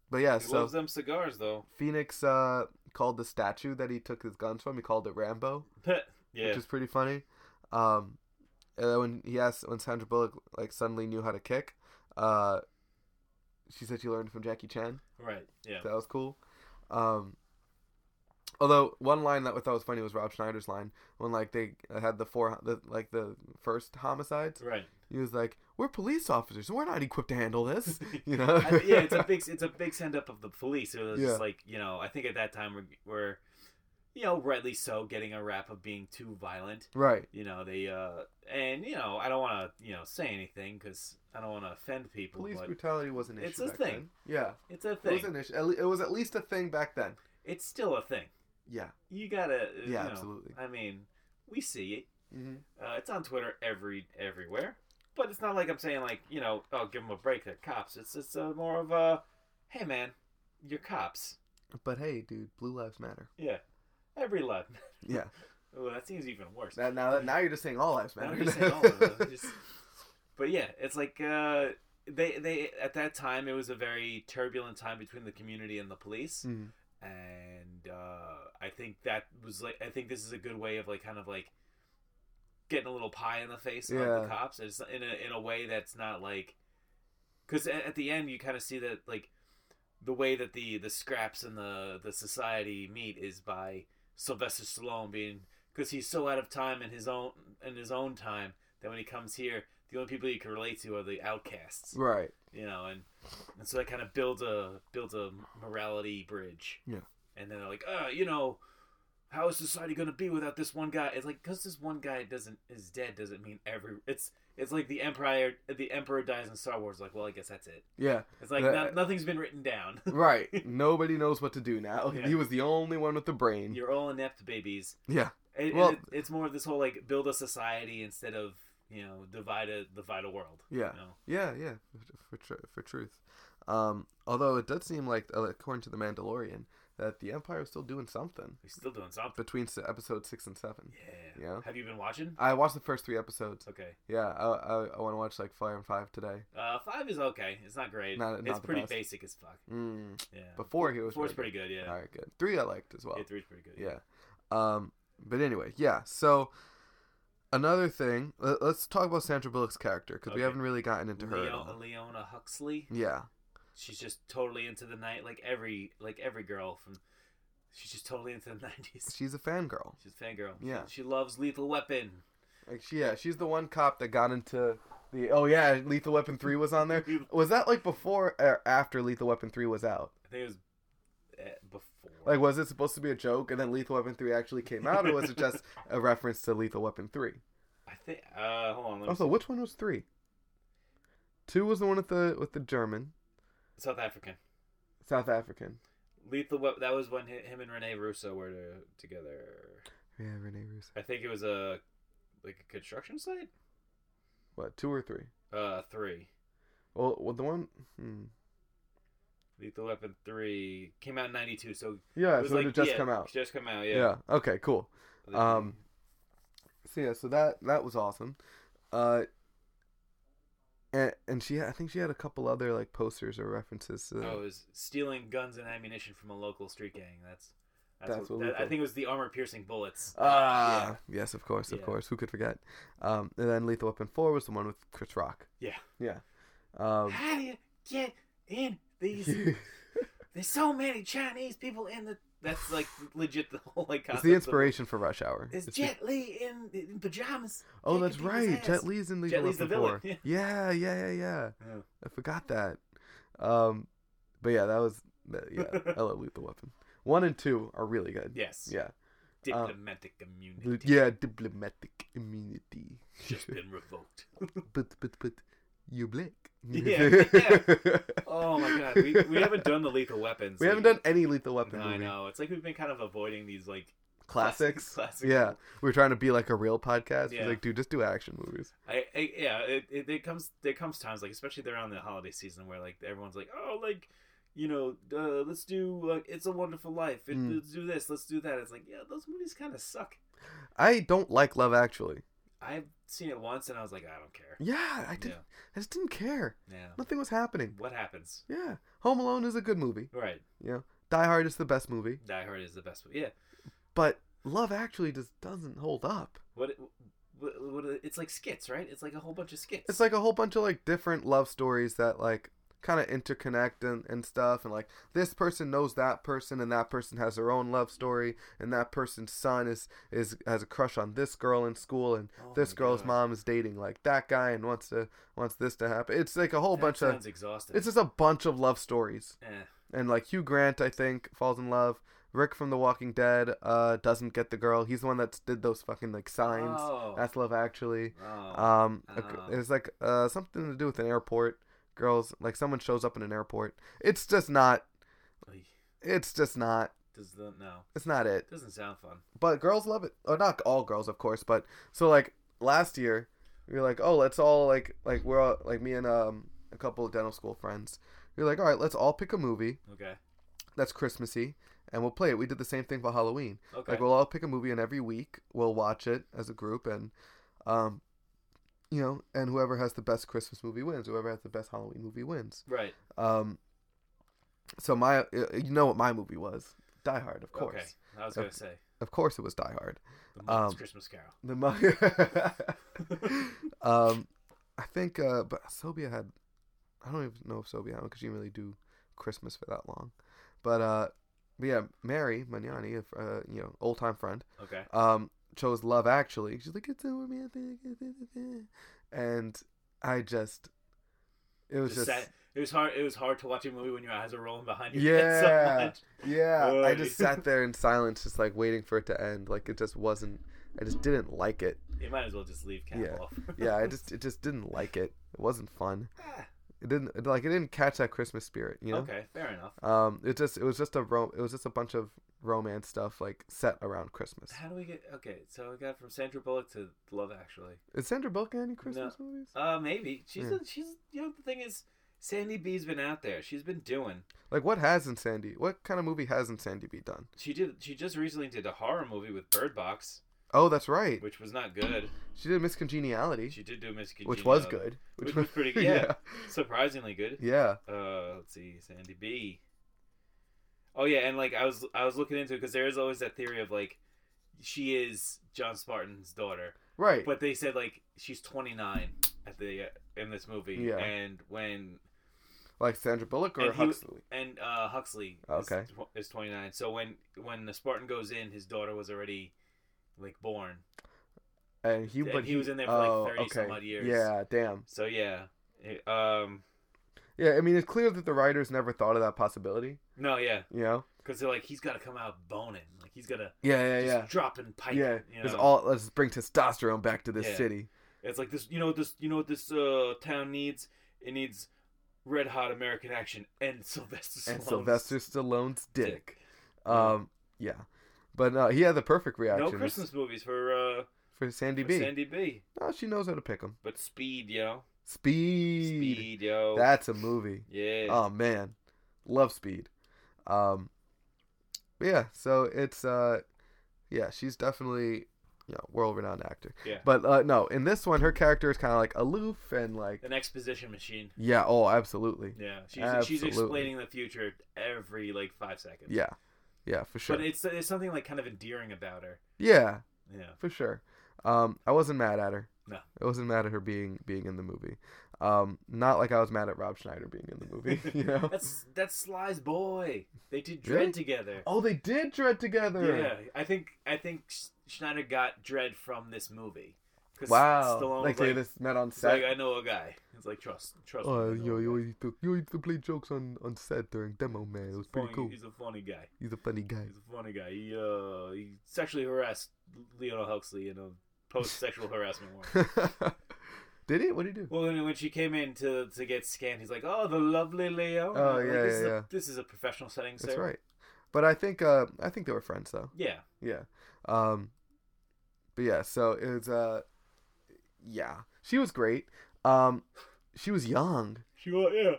but yeah, he so loves them cigars though. *laughs* Phoenix uh, called the statue that he took his guns from. He called it Rambo, yeah. which is pretty funny. Um, and then when he asked when Sandra Bullock like suddenly knew how to kick, uh, she said she learned from Jackie Chan. Right. Yeah. That was cool. Um, although one line that I thought was funny was Rob Schneider's line when like they had the four the, like the first homicides. Right. *laughs* He was like, "We're police officers. We're not equipped to handle *laughs* this." *laughs* You know? I, yeah, it's a big it's a big send up of the police. It was Yeah. just like you know, I think at that time we're, we're, you know, rightly so, getting a rap of being too violent. *laughs* right. You know, they uh, and you know, I don't want to you know say anything because I don't want to offend people. Police but brutality was an issue. It's a back thing. then. Yeah. it's a It was thing. an issue. At le- It was at least a thing back then. It's still a thing. Yeah. You gotta. uh, Yeah. you know, absolutely. I mean, we see it. hmm Uh, it's on Twitter every everywhere. But it's not like I'm saying like you know, oh, give them a break. They're cops. It's it's uh, more of a, hey man, you're cops. But hey, dude, blue lives matter. Yeah, every life. *laughs* Yeah. Oh, that seems even worse. Now, now, that- now you're just saying all lives Now matter. I'm just saying all *laughs* of them, just- but yeah, it's like uh, they they at that time it was a very turbulent time between the community and the police, Mhm. and uh, I think that was like I think this is a good way of like kind of like getting a little pie in the face of Yeah. the cops. It's in a in a way that's not like because at, at the end you kind of see that like the way that the the scraps and the the society meet is by Sylvester Stallone being because he's so out of time in his own in his own time that when he comes here, the only people he can relate to are the outcasts, Right. you know, and and so that kind of builds a builds a morality bridge. Yeah. and then they're like, uh, you know, how is society gonna be without this one guy? It's like because this one guy doesn't is dead doesn't mean every it's. It's like the emperor, the emperor dies in Star Wars. Like, well, I guess that's it. *laughs* Yeah. It's like Yeah. no, nothing's been written down. *laughs* Right. Nobody knows what to do now. Yeah. He was the only one with the brain. You're all inept babies. yeah. It, Well- it, it's more of this whole like build a society instead of you know divide a divide a world. Yeah. You know? Yeah. Yeah. For tr- for truth. Um, although it does seem like, uh, according to the Mandalorian, that the Empire is still doing something We're still doing something. between s- episode six and seven. Yeah. Yeah. Have you been watching? I watched the first three episodes. Okay. Yeah, I I, I want to watch like Fire and Five today. Uh, five is okay. It's not great. Not- not it's the pretty best. basic as fuck. Mm. Yeah. Before he was Four's really pretty good. Yeah. All right, good. Three I liked as well. Yeah, three's pretty good. Yeah. Um, but anyway, yeah. So another thing, let, us talk about Sandra Bullock's character because we Okay. haven't really gotten into her. at Leo, all. Leona Huxley. Yeah. She's just totally into the night, like every like every girl from. She's just totally into the *laughs* nineties. She's a fangirl. She's a fangirl. Yeah. She loves Lethal Weapon. Like she, yeah, she's the one cop that got into the. Oh yeah, Lethal Weapon Three was *laughs* on there. Was that like before or after Lethal Weapon Three was out? I think it was uh, before. Like, was it supposed to be a joke, and then Lethal Weapon Three actually came out, or was it *laughs* just a reference to Lethal Weapon Three? I think. Uh, hold on. Let me Also, which one was three? Two was the one with the with the German, see. South African. South African. Lethal Weapon. That was when hi- him and Rene Russo were to, together. Yeah, Rene Russo. I think it was a like a construction site. What two or three? Uh, three. Well, well the one. Hmm. Lethal Weapon three came out in '92, so Yeah, it was so like it had just yeah, come out. Just come out, Yeah. yeah. Okay. Cool. Um. Like, So yeah, so that that was awesome. Uh. And, and she, I think she had a couple other like posters or references. To, oh, it was stealing guns and ammunition from a local street gang. That's that's, That's what, what that- I Lethal- think it was the armor piercing bullets. Ah, yes, of course, of Yeah. course. Who could forget? Um, and then Lethal Weapon Four was the one with Chris Rock. Yeah. Yeah. Um, How do you get in *laughs* these? There's so many Chinese people in the. That's like legit the whole like. it's concept the of- inspiration for Rush Hour. Is It's the- Jet Li in, in pajamas? oh, kicking that's people's right. ass? Jet Li's in Lethal *laughs* Jet Li's the Weapon villain, Four. Yeah, yeah, yeah, yeah. Yeah. I forgot that. Um, but yeah, that was yeah. *laughs* I love Lethal Weapon. One and two are really good. Yes. Yeah. um, Diplomatic immunity. Yeah, diplomatic immunity. *laughs* Just been revoked. but but but you black. *laughs* Yeah, yeah. Oh my god, we, we haven't done the lethal *laughs* weapons. We haven't like- done any Lethal Weapon. No, I movie. know. It's like we've been kind of avoiding these like Classics. Classic. Yeah, we're trying to be like a real podcast. Yeah. We're like, dude, just do action movies. I, I yeah. It, it, it comes there comes times like especially around the holiday season where like everyone's like oh like you know uh, let's do uh, it's a wonderful life it, Mm. let's do this let's do that it's like yeah those movies kind of suck. I don't like Love Actually. I've seen it once and I was like I don't care. Yeah, I did. not I just didn't care. Yeah. yeah. Nothing was happening. What happens? Yeah, Home Alone is a good movie. Right. You know, Die Hard is the best movie, Die Hard is the best. Movie. Yeah. but Love Actually just doesn't hold up. What. What, what, it's like skits, right? It's like a whole bunch of skits. It's like a whole bunch of like different love stories that like kind of interconnect and, and stuff and like this person knows that person and that person has their own love story and that person's son is is has a crush on this girl in school and Oh this my girl's God. mom is dating like that guy and wants to wants this to happen. It's like a whole That bunch sounds of exhausting. it's just a bunch of love stories. Eh. And like Hugh Grant, I think, falls in love. Rick from The Walking Dead uh, doesn't get the girl. He's the one that did those fucking like signs. Oh. That's love actually. Oh. Um, a g- Ah. it's like uh something to do with an airport. Girls like someone shows up in an airport. It's just not. Oy. It's just not. Does the no? It's not it. Doesn't sound fun. but girls love it. Or not all girls, of course, but so like last year, we were like, oh, let's all like like we're all, like me and um a couple of dental school friends. We were like, all right, let's all pick a movie Okay. that's Christmassy, and we'll play it. We did the same thing for Halloween. Okay. Like we'll all pick a movie, and every week we'll watch it as a group, and um, you know, and whoever has the best Christmas movie wins. Whoever has the best Halloween movie wins. right. Um, so my, uh, you know what my movie was? Die Hard, of course. Okay. I was Of- gonna say Of course, it was Die Hard. the mom's Um, Christmas Carol. The mug. *laughs* um, I think, uh, but Sobia had. I don't even know if Sobia had because she didn't really do Christmas for that long. But uh, but yeah, Mary Magnani, a uh, you know old time friend, Okay. um, chose Love Actually. She's like, it's over me, I think, I think, I think." and I just, it was Just just, sat- it was hard. It was hard to watch a movie when your eyes are rolling behind your Yeah. head so *laughs* yeah, I just Oy. sat there in silence, just like waiting for it to end. Like it just wasn't. I just didn't like it. much. You might as well just leave Cat Yeah. off. Yeah, I just it just didn't like it. It wasn't fun. *laughs* Ah, it didn't it, like it didn't catch that Christmas spirit, you know. Okay. Fair enough. Um, it just it was just a ro- it was just a bunch of romance stuff like set around Christmas. How do we get? Okay, so we got from Sandra Bullock to Love Actually. Is Sandra Bullock in any Christmas movies? Uh, maybe she's Yeah. a, she's you know the thing is Sandy B's been out there. She's been doing. Like what hasn't Sandy? What kind of movie hasn't Sandy be done? She did. She just recently did a horror movie with Bird Box, Oh, that's right. which was not good. She did Miss Congeniality, She did do Miss Hmm. which was Congeniality. good, which was pretty *laughs* good. Yeah, surprisingly good. yeah, Uh, let's see, Sandy B. Oh yeah, and like I was I was looking into it because there is always that theory of like she is John Spartan's daughter, right. but they said like she's 29 at the uh, in this movie, Yeah. and when like Sandra Bullock or and he was- Huxley. and uh, Huxley Okay. is, tw- is 29, so when when the Spartan goes in, his daughter was already like born. and he, and but he was in there for, like, oh, 30 some odd years. Yeah, damn. So yeah, It- um, Yeah, I mean it's clear that the writers never thought of that possibility. no, yeah, You know? because they're like he's got to come out boning, like he's got to Yeah, yeah, just yeah. dropping pipe. yeah, you it's know? all let's bring testosterone back to this Yeah. city. It's like this. You know what this. You know what this uh, town needs. It needs red hot American action and *laughs* Sylvester. and Stallone's Sylvester Stallone's dick. dick. Um, yeah, but no, he had the perfect reaction No Christmas movies for uh for Sandy for B. Sandy B. No, she knows how to pick him. But Speed, yo. Speed. Speed, yo. That's a movie. yeah. Oh man, love Speed. Um, but yeah, so it's uh, yeah, she's definitely you know world renowned actor. Yeah. But uh, no, in this one, her character is kind of like aloof and like An exposition machine. yeah, oh absolutely, Yeah. She's she's Absolutely. explaining the future every like five seconds. yeah, yeah for sure, But it's it's something like kind of endearing about her. yeah. Yeah. for sure. Um, I wasn't mad at her. No. I wasn't mad at her being being in the movie. Um, not like I was mad at Rob Schneider being in the movie. *laughs* You know? That's that's Sly's boy. They did Dread Really? together. oh, they did dread together. Yeah, I think I think Sch- Schneider got Dread from this movie. 'Cause Wow. Stallone like was they like, just met on "It's like, set. I know a guy. It's like trust, trust. oh, me, I know yo, a you guy. used to you used to play jokes on on set during demo, man. It was pretty Funny- cool. He's a funny guy. He's a funny guy. He's a funny guy. He uh, he sexually harassed Leona Huxley in a *laughs* post-sexual harassment warrant. Did he? What did he do? Well, then when she came in to to get scanned, he's like, "Oh, the lovely Leo." Oh, Like, yeah, this yeah, is a, yeah. This is a professional setting, sir. That's right. But I think uh I think they were friends though. Yeah, Yeah. Um but yeah, so it was uh yeah. She was great. Um she was young, she was. Yeah,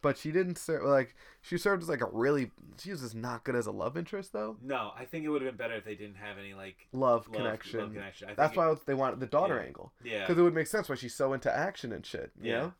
but she didn't serve like she served as like a really she was just not good as a love interest though. no, I think it would have been better if they didn't have any like Love, love connection. Love connection. I think That's it- why they wanted the daughter Yeah. angle. yeah, Cuz it would make sense why she's so into action and shit, you Yeah. know?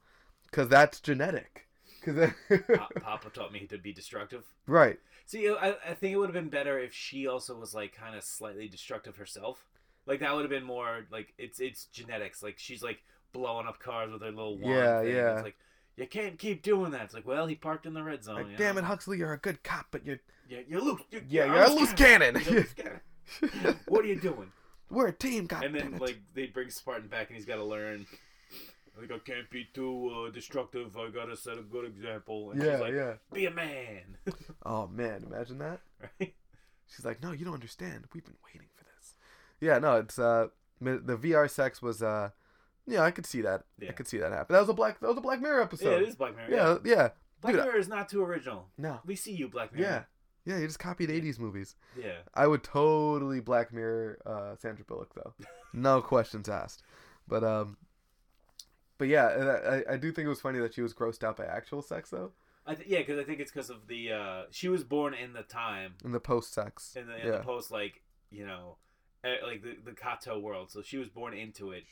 Cuz that's genetic. Cuz Pa- Papa taught me to be destructive. *laughs* right. See, I, I think it would have been better if she also was like kind of slightly destructive herself. Like that would have been more like it's it's genetics. Like she's like blowing up cars with her little wand. Yeah, thing. yeah. It's like you can't keep doing that. It's like well, he parked in the red zone. Like, you damn know? it, Huxley, you're a good cop, but you're Yeah, you're loose. You're, yeah, you're a loose *laughs* cannon. You're a loose cannon. what are you doing? We're a team, god And damn then it. like they bring Spartan back, and he's got to learn. Like I can't be too uh, destructive. I gotta set a good example. And yeah, she's like, yeah. Be a man. *laughs* Oh man, imagine that. right? She's like, "No, you don't understand. We've been waiting for this." Yeah, no, it's uh mi- the VR sex was uh yeah, I could see that. I Yeah. could see that happen. That was a black that was a Black Mirror episode. yeah, it is Black Mirror. Yeah, Yeah, yeah. Black dude, I- Mirror is not too original. No. We see you, Black Yeah. Mirror. Yeah, you just copied 80s movies. Yeah. Yeah. I would totally Black Mirror uh Sandra Bullock *laughs* though. No questions asked. But um but yeah, and I, I- I do think it was funny that she was grossed out by actual sex though, I th- yeah, because I think it's because of the uh, she was born in the time in the post sex. in the, in Yeah. the post like you know eh, like the the Kato world, so she was born into it.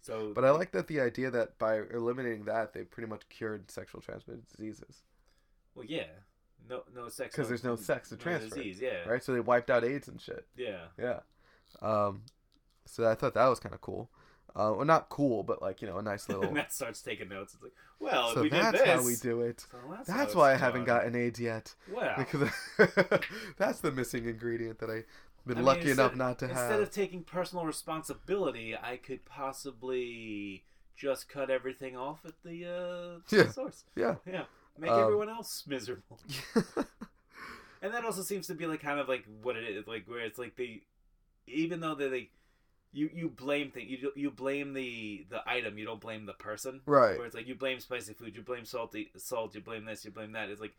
So, But I like that the idea that by eliminating that, they pretty much cured sexual transmitted diseases, well, yeah, no no sex 'Cause there's no sex to transfer, disease, yeah, right? So they wiped out AIDS and shit. yeah. Yeah. Um, so I thought that was kind of cool. Uh, well, not cool, but like you know, a nice *laughs* little. and Matt starts taking notes. It's like, well, so if we did that's this. how we do it. so that's, how That's it's why I haven't done. gotten AIDS yet Wow. because *laughs* that's the missing ingredient that I've I been mean, lucky instead- enough not to Instead have. of taking personal responsibility, I could possibly just cut everything off at the uh, Yeah. source. Yeah. *laughs* Yeah. Make Um, everyone else miserable. *laughs* And that also seems to be like kind of like what it is, like where it's like they, even though they, like, you you blame thing, you do- you blame the the item, you don't blame the person. right. Where it's like you blame spicy food, you blame salty salt, you blame this, you blame that. It's like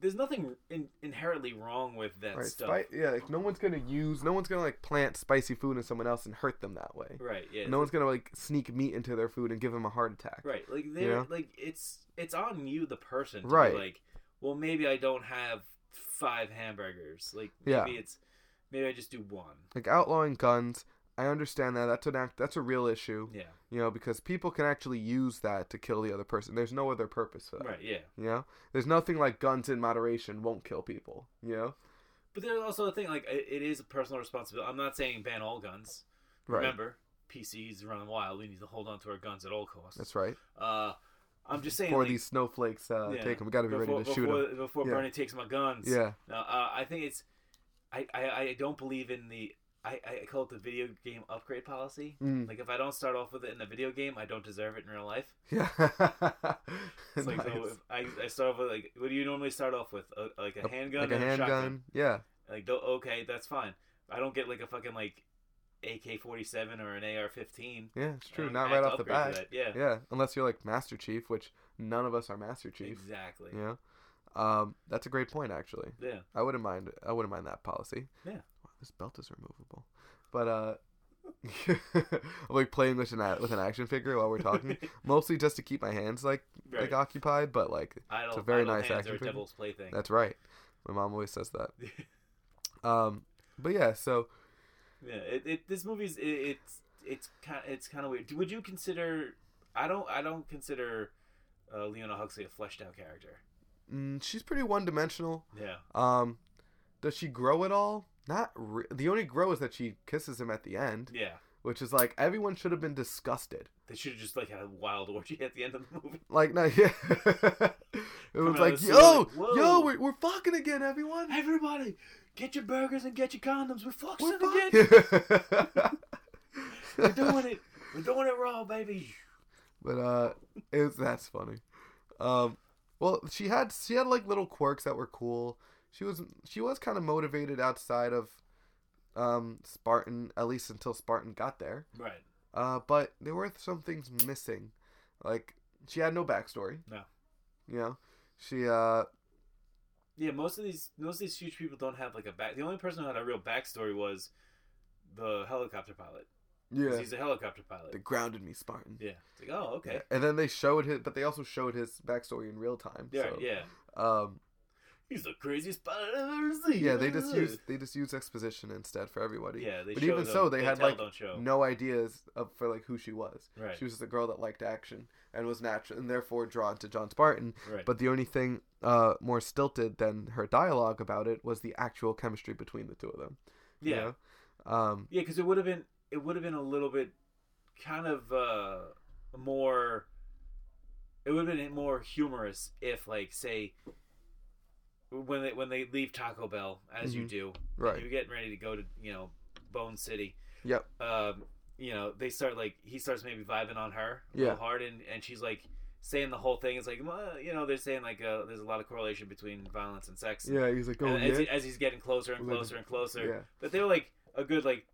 there's nothing in, inherently wrong with that Right. stuff. Spi- yeah. Like no one's gonna use. No one's gonna like plant spicy food in someone else and hurt them that way. Right. Yeah. No one's gonna like sneak meat into their food and give them a heart attack. Right. Like they're know? like it's it's on you the person to Right. be like, well maybe I don't have five hamburgers. Like maybe Yeah. it's maybe I just do one. Like outlawing guns, I understand that. That's an act. That's a real issue. Yeah. You know, because people can actually use that to kill the other person. There's no other purpose for that. Right, yeah. You know, there's nothing like guns in moderation won't kill people. You know. But there's also a thing like it, it is a personal responsibility. I'm not saying ban all guns. Right. Remember, PCs running wild. We need to hold on to our guns at all costs. That's right. Uh, I'm just saying Before like, these snowflakes uh, yeah, take them, we got to be before, ready to shoot before, them. before Yeah. Bernie takes my guns. Yeah. No, uh, I think it's. I, I, I don't believe in the. I, I call it the video game upgrade policy. Mm. *laughs* Like if I don't start off with it in a video game, I don't deserve it in real life. Yeah. It's like so Nice. if I, I start off with like what do you normally start off with? A, like a handgun, like a and a handgun. shotgun. yeah. Like tho- okay, that's fine. I don't get like a fucking like AK forty seven or an AR fifteen. Yeah. It's true. Not right off the bat. Yeah. Yeah. Unless you're like Master Chief, which none of us are Master Chief. exactly. Yeah. Um, that's a great point, actually. Yeah. I wouldn't mind. I wouldn't mind that policy. Yeah. Wow, this belt is removable, but uh, *laughs* I'm like playing with an a- with an action figure while we're *laughs* talking, mostly just to keep my hands like Right. like occupied. But like, idle, a very idle nice hands action are a figure. devil's plaything. that's right. My mom always says *laughs* that. Um, but yeah, so Yeah, it, it this movie's it, it's it's kind it's kind of weird. Would you consider? I don't I don't consider uh, Leona Huxley a fleshed out character. mm, she's pretty one dimensional. Yeah, Um, does she grow at all? Not re- the only grow is that she kisses him at the end, yeah. which is like everyone should have been disgusted. They should have just like had a wild *laughs* orgy at the end of the movie. Like, no, *laughs* yeah. it was out like, of the yo, sewer, like, yo, whoa." we're, we're fucking again, everyone. Everybody, get your burgers and get your condoms. We're fucking We're again. fucking. *laughs* We're doing it. We're doing it raw, baby. *laughs* But uh, it's that's funny. Um, well, she had she had like little quirks that were cool. She was she was kind of motivated outside of um Spartan at least until Spartan got there. Right. Uh, but there were some things missing. Like she had no backstory. No. You know, she uh Yeah, most of these most of these huge people don't have like a back. The only person who had a real backstory was the helicopter pilot. 'Cause yeah He's a helicopter pilot. they grounded me Spartan. Yeah. It's like, oh, okay. Yeah, And then they showed his, but they also showed his backstory in real time. Yeah. so, yeah. Um, He's the craziest pilot I've ever seen. yeah, they just used they just used exposition instead for everybody. Yeah, they but show even the- so, they had tell, like don't show. no ideas of, for like who she was. Right. She was just a girl that liked action and was natural and therefore drawn to John Spartan. right. But the only thing uh, more stilted than her dialogue about it was the actual chemistry between the two of them. you yeah. know? Um, Yeah, because it would have been it would have been a little bit kind of uh, more. It would have been more humorous if, like, say, when they when they leave Taco Bell, as you Mhm. do, right. you're getting ready to go to you know Bone City. Yep. Um, you know they start like he starts maybe vibing on her a Yeah. little hard, and and she's like saying the whole thing. It's like well, you know they're saying like uh, there's a lot of correlation between violence and sex. yeah, he's like, oh And as, yeah, he- as he's getting closer and Like- closer and closer, yeah, but they were like a good like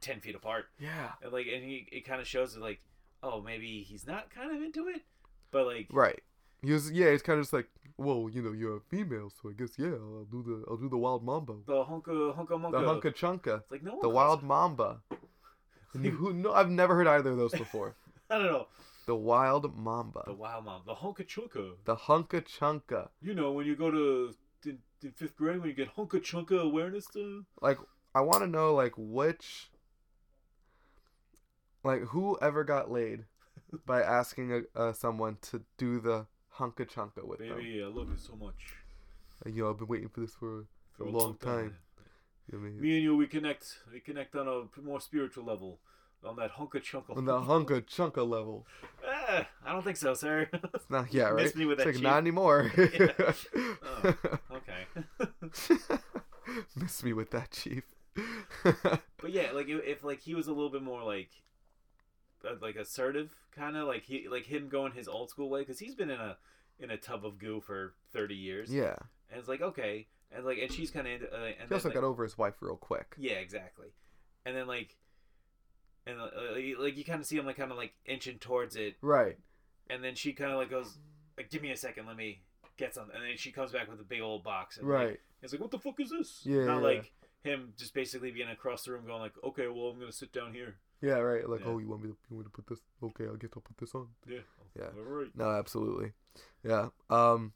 ten feet apart. yeah, And like, and he it kind of shows that like, oh, maybe he's not kind of into it, but like, right. He was yeah, he's kind of just like, well, you know, you're a female, so I guess yeah, I'll do the I'll do the wild mambo, the hunka hunka the munka, hunka chunka, it's like no, one the calls wild him- mamba. And Who? No, I've never heard either of *laughs* those before. *laughs* I don't know, The wild mamba, the wild mom, the hunka chunka. the hunka chunka. You know, when you go to in, in fifth grade, when you get hunka chunka awareness, to, like I want to know like which like who ever got laid by asking a, uh, someone to do the hunka chunka with them. baby, I love you so much And, you know, I've been waiting for this for for A a long long, time. you know, what I mean? Me and you, we connect, we connect on a more spiritual level, on that hunka chunka. on the hunka chunka level. *laughs* Ah, I don't think so, sir. *laughs* It's not yeah, You right? missed me with it's that like cheap- not anymore. *laughs* Yeah. *laughs* Oh. okay. Miss me with that chief. *laughs* But yeah, like if, if like he was a little bit more like uh, like assertive, kind of like he like him going his old school way because he's been in a in a tub of goo for thirty years. yeah. and it's like okay, and like and she's kind of uh, and He then, also like- got over his wife real quick. yeah, exactly, and then like and uh, like you kind of see him like kind of like inching towards it, Right. and then she kind of like goes like give me a second, let me get something, and then she comes back with a big old box, and like, Right. it's like, what the fuck is this? Yeah, Not yeah. like him just basically being across the room going like, okay, well, I'm going to sit down here. Yeah, right. Like, Yeah. oh, you want me to you want me to put this? Okay, I guess I'll put this on. Yeah. Yeah. All right. No, absolutely. Yeah. Um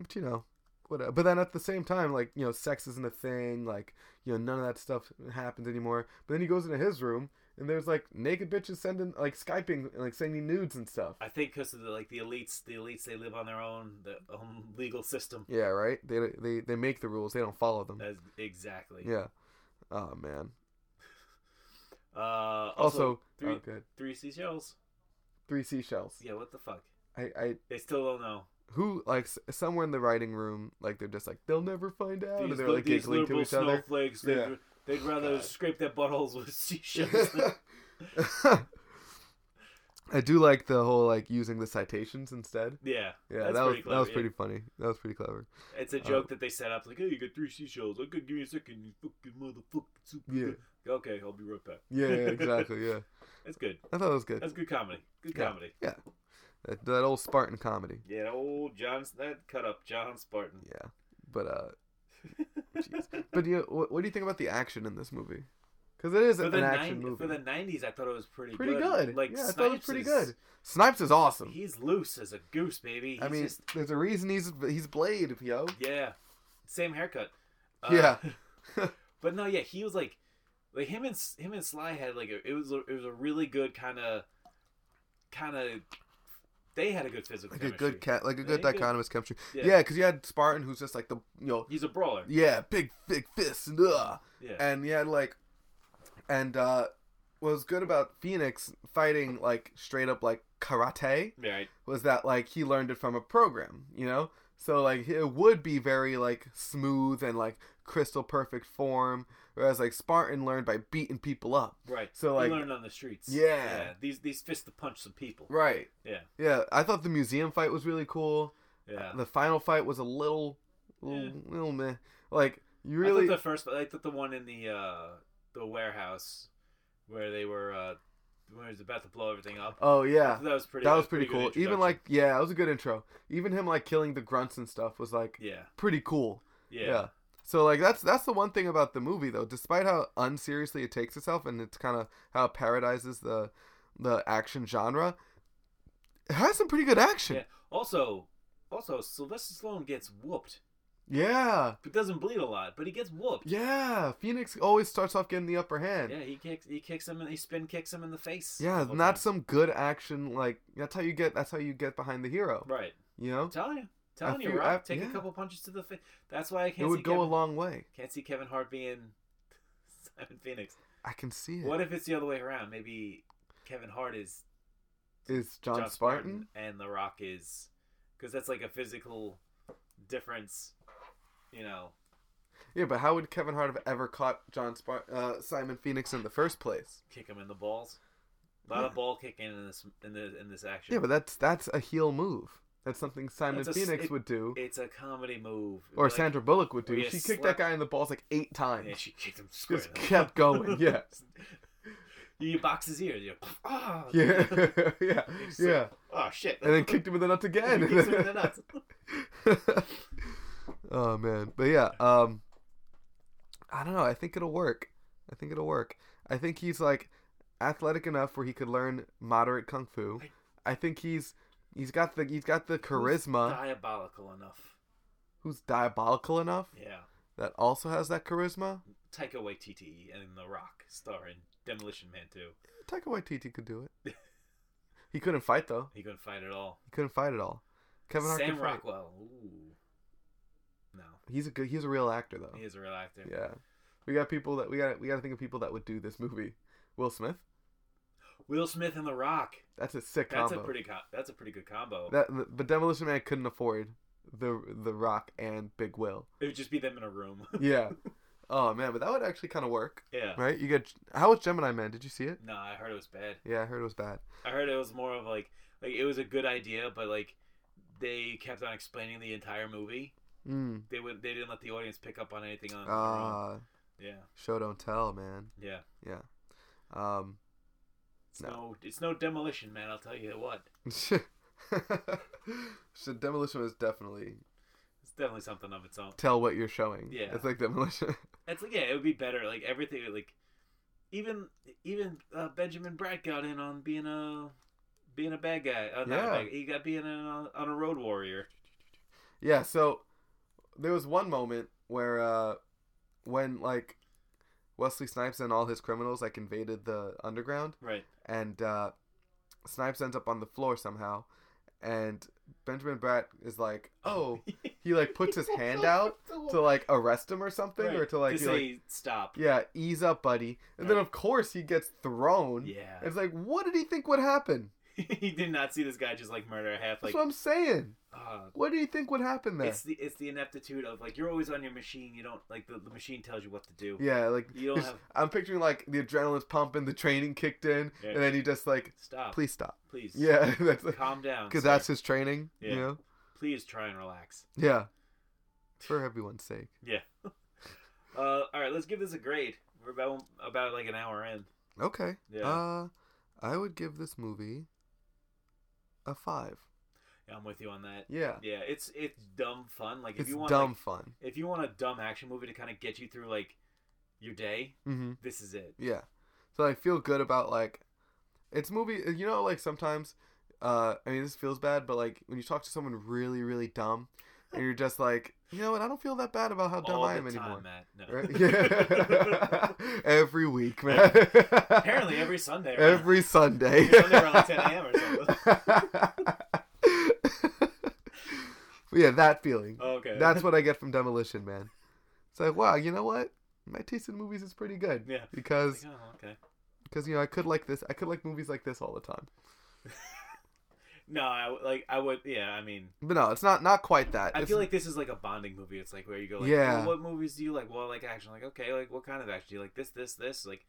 but you know, whatever. But then at the same time, like, you know, sex isn't a thing, like, you know, none of that stuff happens anymore. But then he goes into his room and there's like naked bitches sending like Skyping like sending nudes and stuff. I think because of the, like the elites, the elites they live on their own, the own legal system. Yeah, right? They they they make the rules, they don't follow them. That's exactly. Yeah. Oh man. Uh, also, Also, three- oh, good. three seashells. Three seashells. Yeah, what the fuck? I I They still don't know. who like s- somewhere in the writing room, like they're just like they'll never find out, These, and they're li- like these giggling to liberal each other. snowflakes. Yeah. They'd, they'd rather God. scrape their buttholes with *laughs* seashells. *laughs* *laughs* I do like the whole like using the citations instead. yeah. *laughs* Yeah, That's that was pretty that was clever, pretty uh, funny. That was pretty clever. It's a joke that they set up. Like, hey, you got three seashells. I could give you a second. You fucking motherfucking. super- Yeah. Okay, I'll be right back. Yeah, yeah *laughs* exactly. Yeah, That's good. I thought it was good. That's good comedy. Good Yeah. comedy. That, that old Spartan comedy. Yeah, that old John. That cut up John Spartan. Yeah, but uh, *laughs* jeez. but you know, what, what do you think about the action in this movie? Because it is For an the, action 90, movie. for the 90s, I thought it was pretty, pretty good. good. Like, yeah, I Snipes thought it was pretty is- good. Snipes is awesome. He's loose as a goose, baby. He's I mean, just, there's a reason he's he's Blade, yo. yeah, same haircut. Uh, Yeah. *laughs* *laughs* but no, yeah, he was like, like him and S- him and Sly had like a, it was a, it was a really good kind of, kind of. They had a good physical. Like chemistry. a good cat, like a Yeah, good good. dichotomous chemistry. Yeah. Yeah, because you had Spartan, who's just like the you know, He's a brawler. yeah, big big fists, and ugh. Yeah. and you had like, and uh, what was good about Phoenix fighting like straight up like karate Yeah, right. was that like he learned it from a program, you know. So like it would be very like smooth and like crystal perfect form, Whereas like Spartan learned by beating people up. Right. So, He like- learned on the streets. Yeah. These these fists to punch some people. Right. Yeah. Yeah. I thought the museum fight was really cool. Yeah. The final fight was a little, little, Yeah. little meh. Like you I really. thought the first. I thought the one in the uh, the warehouse where they were uh, when it was about to blow everything up. oh I yeah. thought that was pretty. That was a pretty cool. good Even introduction. like yeah, that was a good intro. Even him like killing the grunts and stuff was like Yeah. pretty cool. Yeah. Yeah. So like that's that's the one thing about the movie though, despite how unseriously it takes itself and it's kind of how it paradises the the action genre, it has some pretty good action. Yeah. Also, also Sylvester Stallone gets whooped, Yeah. but doesn't bleed a lot. But he gets whooped. Yeah. Phoenix always starts off getting the upper hand. Yeah, he kicks. He kicks him, and he spin kicks him in the face. Yeah, Couple not times. some good action like that's how you get that's how you get behind the hero. Right. You I'm know? telling you. Telling you, feel- Rob. I- take yeah. a couple punches to the face. That's why I It can't see would go Kevin, a long way. can't see Kevin Hart being *laughs* Simon Phoenix. I can see it. What if it's the other way around? Maybe Kevin Hart is Is John, John Spartan? Spartan and The Rock is because that's like a physical difference, you know. Yeah, but how would Kevin Hart have ever caught John Spar- uh, Simon Phoenix in the first place? Kick him in the balls. A lot Yeah. of ball kicking in this in the in this action. Yeah, but that's that's a heel move. That's something Simon That's a s- Phoenix it- would do, it's a comedy move. or Like, Sandra Bullock would do. we She just kicked that slap- guy in the balls like eight times. Yeah, she kicked him square. just in the- kept *laughs* going. Yeah, you box his ears. You're *laughs* ah. yeah, yeah, yeah. Oh shit. And then kicked him in the nuts *laughs* He *laughs* kicks him in the again. nuts. *laughs* oh man, but yeah, um, I don't know. I think it'll work. I think it'll work. I think he's like athletic enough where he could learn moderate kung fu. I think he's he's got the he's got the charisma. Diabolical enough. who's diabolical enough Yeah. that also has that charisma. Taika Waititi and The Rock star in Demolition Man 2. Taika Waititi could do *laughs* it. he couldn't fight though. He couldn't fight at all. He couldn't fight at all. Kevin Hart Sam could fight. Rockwell. Ooh. No. He's a good. He's a real actor though. He is a real actor. Yeah. We got people that we got. We got to think of people that would do this movie. Will Smith. Will Smith and The Rock. That's a sick That's combo. a pretty co- that's a pretty good combo. That but Demolition Man couldn't afford the the Rock and Big *laughs* Will. it would just be them in a room. *laughs* Yeah. oh man, but that would actually kind of work, yeah. right? You get how was Gemini Man? Did you see it? No, I heard it was bad. Yeah, I heard it was bad. I heard it was more of like like it was a good idea, but like they kept on explaining the entire movie. Mm. They would they didn't let the audience pick up on anything on their own. Ah, Yeah. show don't tell, man. Yeah. Yeah. Um. *laughs* It's no. it's no demolition, man, I'll tell you what. so demolition is definitely It's definitely something of its own. tell what you're showing. Yeah. It's like demolition. It's like yeah, it would be better. Like everything, like even even uh, Benjamin Bratt got in on being a being a bad guy. Uh, not a Yeah. bad- he got being on on a road warrior. yeah. So there was one moment where uh, when like Wesley Snipes and all his criminals like invaded the underground, Right. and uh, Snipes ends up on the floor somehow, and Benjamin Bratt is like, *laughs* oh, he like puts his hand out *laughs* to like arrest him or something, or to like, to be like, say stop. yeah, ease up, buddy. And then Right. of course he gets thrown. Yeah. It's like, what did he think would happen? *laughs* he did not see this guy just like murder a half. That's Like what I'm saying. ah, What do you think would happen there? it's the it's the ineptitude of like you're always on your machine. You don't like the, the machine tells you what to do. Yeah, like You don't have I'm picturing like the adrenaline's pumping, the training kicked in, Yeah. and then he just like, stop. please stop. please. Yeah, *laughs* that's like Calm down. because sir. that's his training. You Yeah. know. please try and relax. Yeah. For everyone's sake. Uh, all right, let's give this a grade. We're about about like an hour in. Okay. Yeah. Uh, I would give this movie a five. Yeah, I'm with you on that. Yeah. Yeah, it's it's dumb fun. Like if It's you want dumb like, fun. if you want a dumb action movie to kind of get you through like your day, Mm-hmm. this is it. Yeah. So I feel good about like it's movie uh, you know like sometimes uh I mean this feels bad but like when you talk to someone really really dumb and you're just like you know what I don't feel that bad about how dumb All I the am time, anymore. Matt. No. Right? *laughs* Yeah. every week, man. *laughs* Apparently every Sunday. right? every Sunday. Every Sunday around 10 a.m. or something. But *laughs* yeah, that feeling. Oh, Okay. That's what I get from Demolition Man. It's like, wow, you know what? My taste in movies is pretty good. *laughs* Yeah. Because Like, oh, okay. because you know I could like this. I could like movies like this all the time. No, I w- like I would. Yeah, I mean, But no, it's not not quite that. I It's- feel like this is like a bonding movie. It's like where you go, like, Yeah. well, what movies do you like? Well, I like action. Like, okay, like what kind of action? Do you like this, this, this? Like,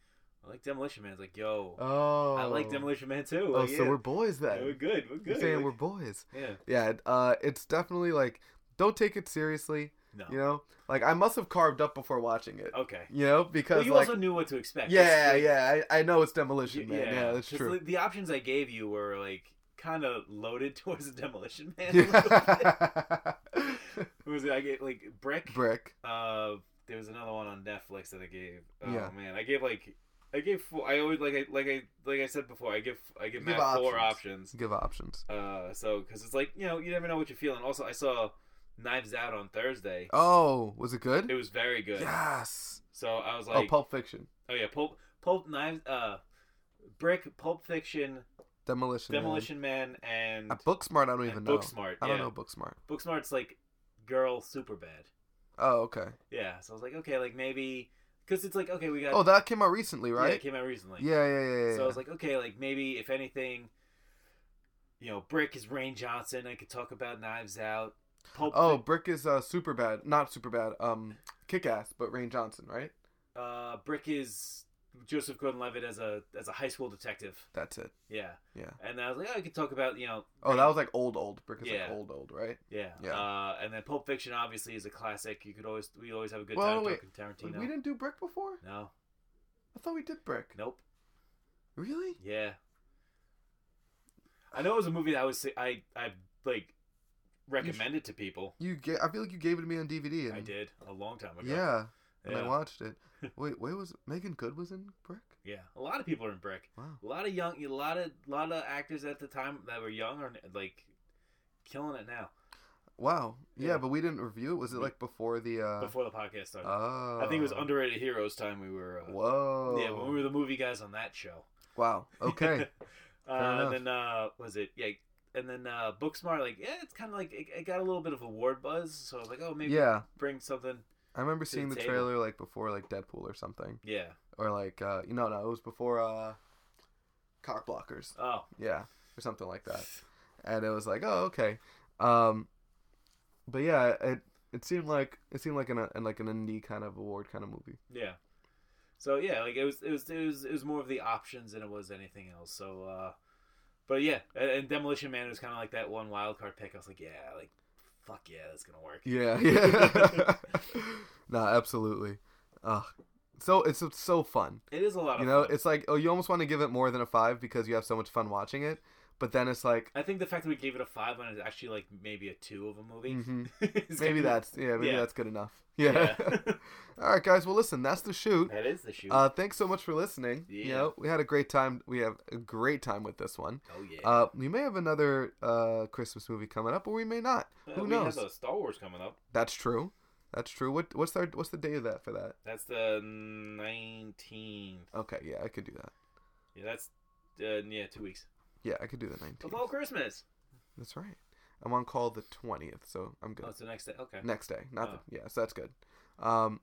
I like Demolition Man. It's like, yo, oh, I like Demolition Man too. Oh, Like, so yeah. we're boys Yeah, then. we're good. We're good. You're saying Like, we're boys. yeah. Yeah, it- uh, it's definitely like don't take it seriously. No. You know, like I must have carved up before watching it. Okay. You know, Well, because you like also knew what to expect. yeah, It's- yeah, I, I know it's y- demolition man. Yeah, that's 'Cause *laughs* true. The, the options I gave you were like kind of loaded *laughs* towards the Demolition Man. Yeah. What was *laughs* it? I gave like *laughs* Brick. Brick. Uh, there was another one on Netflix that I gave. Oh Yeah. man, I gave like I gave four. I always like I like I like I said before. I give I give, Give Matt four options. Give options. Uh, so because it's like you know you never know what you're feeling. Also, I saw Knives Out on Thursday. Oh, was it good? It was very good. Yes. So I was like, oh, Pulp Fiction. oh yeah, Pulp Pulp Knives uh, Brick, Pulp Fiction, Demolition. Demolition Man, and, Man. Uh, Booksmart. I don't even and know. Booksmart. I yeah. don't know Booksmart. Booksmart's like girl super bad. Oh, okay. Yeah, so I was like, okay, like maybe because it's like okay, we got Oh, that came out recently, Yeah, it right? came out recently. Yeah, yeah, yeah. yeah, So I was yeah. like, okay, like maybe if anything, you know, Brick is Rain Johnson. I could talk about Knives Out. Pulp oh, Brick is uh, super bad. Not super bad. Um, kick ass, but Rain Johnson, right? Fi- uh, Brick is Joseph Gordon-Levitt as a as a high school detective. That's it. Yeah, Yeah. and I was like, oh, I could talk about you know. Oh, that was like old, old. Brick is Yeah. like old, old, right? Yeah. Yeah. Uh, and then Pulp Fiction obviously is a classic. You could always we always have a good Well, time wait. talking Tarantino. We didn't do Brick before. No. I thought we did Brick. Nope. Really? Yeah. I know it was a movie that I was I I like recommended to people. You ga- I feel like you gave it to me on DVD. And, I did a long time ago. Yeah, and I Yeah. watched *laughs* it. Wait, wait, was Megan Good was in Brick? Yeah, a lot of people are in Brick. Wow. A lot of young, a lot of lot of actors at the time that were young are like killing it now. Wow. Yeah, Yeah. but we didn't review it. Was it We- like before the? uh Before the podcast started, Oh. I think it was underrated heroes time. We were uh, Whoa. yeah, when we were the movie guys on that show. Wow. *laughs* Okay. uh, enough. and then uh, was it yeah? And then uh, Booksmart, like yeah, it's kind of like it, it got a little bit of award buzz. So I was like, oh, maybe yeah, bring something. I remember the seeing the table. trailer like before like Deadpool or something, Yeah. or like uh you know no, it was before uh Cock Blockers, Oh, yeah, or something like that, and it was like oh okay, um, but yeah, it it seemed like it seemed like an, an like an indie kind of award kind of movie. Yeah. So yeah, like it was it was it was it was more of the options than it was anything else. So uh but yeah, and, and Demolition Man was kind of like that one wild card pick. I was like, yeah, like fuck yeah, that's going to work. Yeah, *laughs* yeah, no, absolutely. Ugh. so it's, it's so fun. It is a lot of you know fun. it's like oh you almost want to give it more than a five because you have so much fun watching it but then it's like I think the fact that we gave it a 5 when it's actually like maybe a 2 of a movie. *laughs* mhm, is maybe kinda- that's yeah maybe Yeah. that's good enough yeah, *laughs* Yeah. all right guys well listen that's the shoot that is the shoot. uh thanks so much for listening you Yeah. know we had a great time we have a great time with this one oh yeah. uh we may have another uh christmas movie coming up or we may not Uh, who we knows have a Star Wars coming up. that's true that's true what what's our what's the day of that for that That's the 19th. okay yeah i could do that Yeah, that's uh, yeah, 2 weeks. yeah i could do the 19th Before Christmas. that's right i'm on call the 20th so i'm good Oh, it's the next day. Okay. next day not Oh. the, yeah so that's good um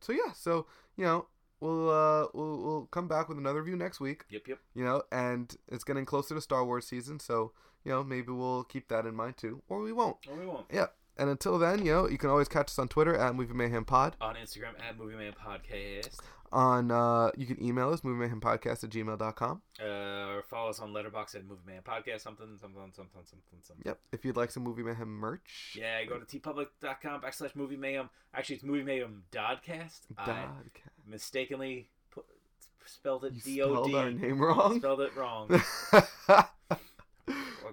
so yeah so you know we'll uh we'll, we'll come back with another review next week Yep, yep. you know and it's getting closer to star wars season so you know maybe we'll keep that in mind too or we won't Or we won't. and until then you know you can always catch us on twitter at movie mayhem pod on Instagram at Movie Man Podcast. on uh you can email us movie mayhem podcast at gmail.com Uh, or follow us on Letterbox at Movie Man Podcast. Something, something, something, something, something. yep if you'd like some movie mayhem merch Yeah, go to tpublic.com backslash Movie Mayhem. Actually, it's Movie Mayhem Dodcast. I Dodcast. mistakenly put, spelled it you D O spelled our D. *laughs* name wrong Spelled it wrong. what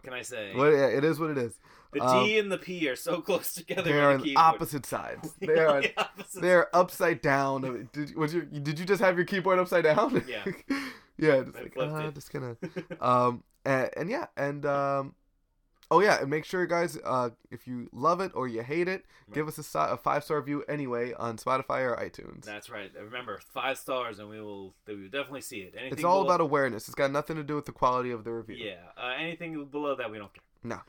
can I say? *laughs* Well, yeah, it is *laughs* what it is The D um, and the P are so close together. they are on on the the keyboard. *laughs* opposite sides they are The opposite. They're upside down. Did was your did you just have your keyboard upside down? Yeah. *laughs* yeah. Just I like, flipped "Ah, it." just gonna. Um. And, and yeah. And um. Oh yeah. And make sure guys. Uh. If you love it or you hate it, give us a, si- a five star review anyway on Spotify or iTunes. *laughs* That's right. Remember, five stars, and we will we will definitely see it. Anything it's all below, about awareness. It's got nothing to do with the quality of the review. Yeah, uh, anything below that, we don't care. Uh,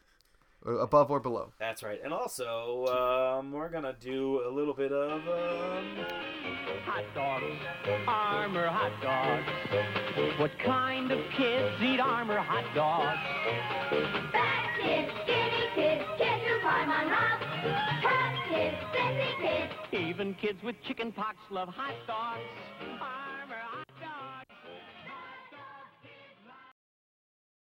above or below. That's right. And also, um, we're gonna do a little bit of um, Hot dog, armor hot dog. What kind of kids eat armor hot dogs? Fat kids, skinny kids, kids who climb on rocks. Tough kids, sexy kids. Even kids with chicken pox love hot dogs. Armor hot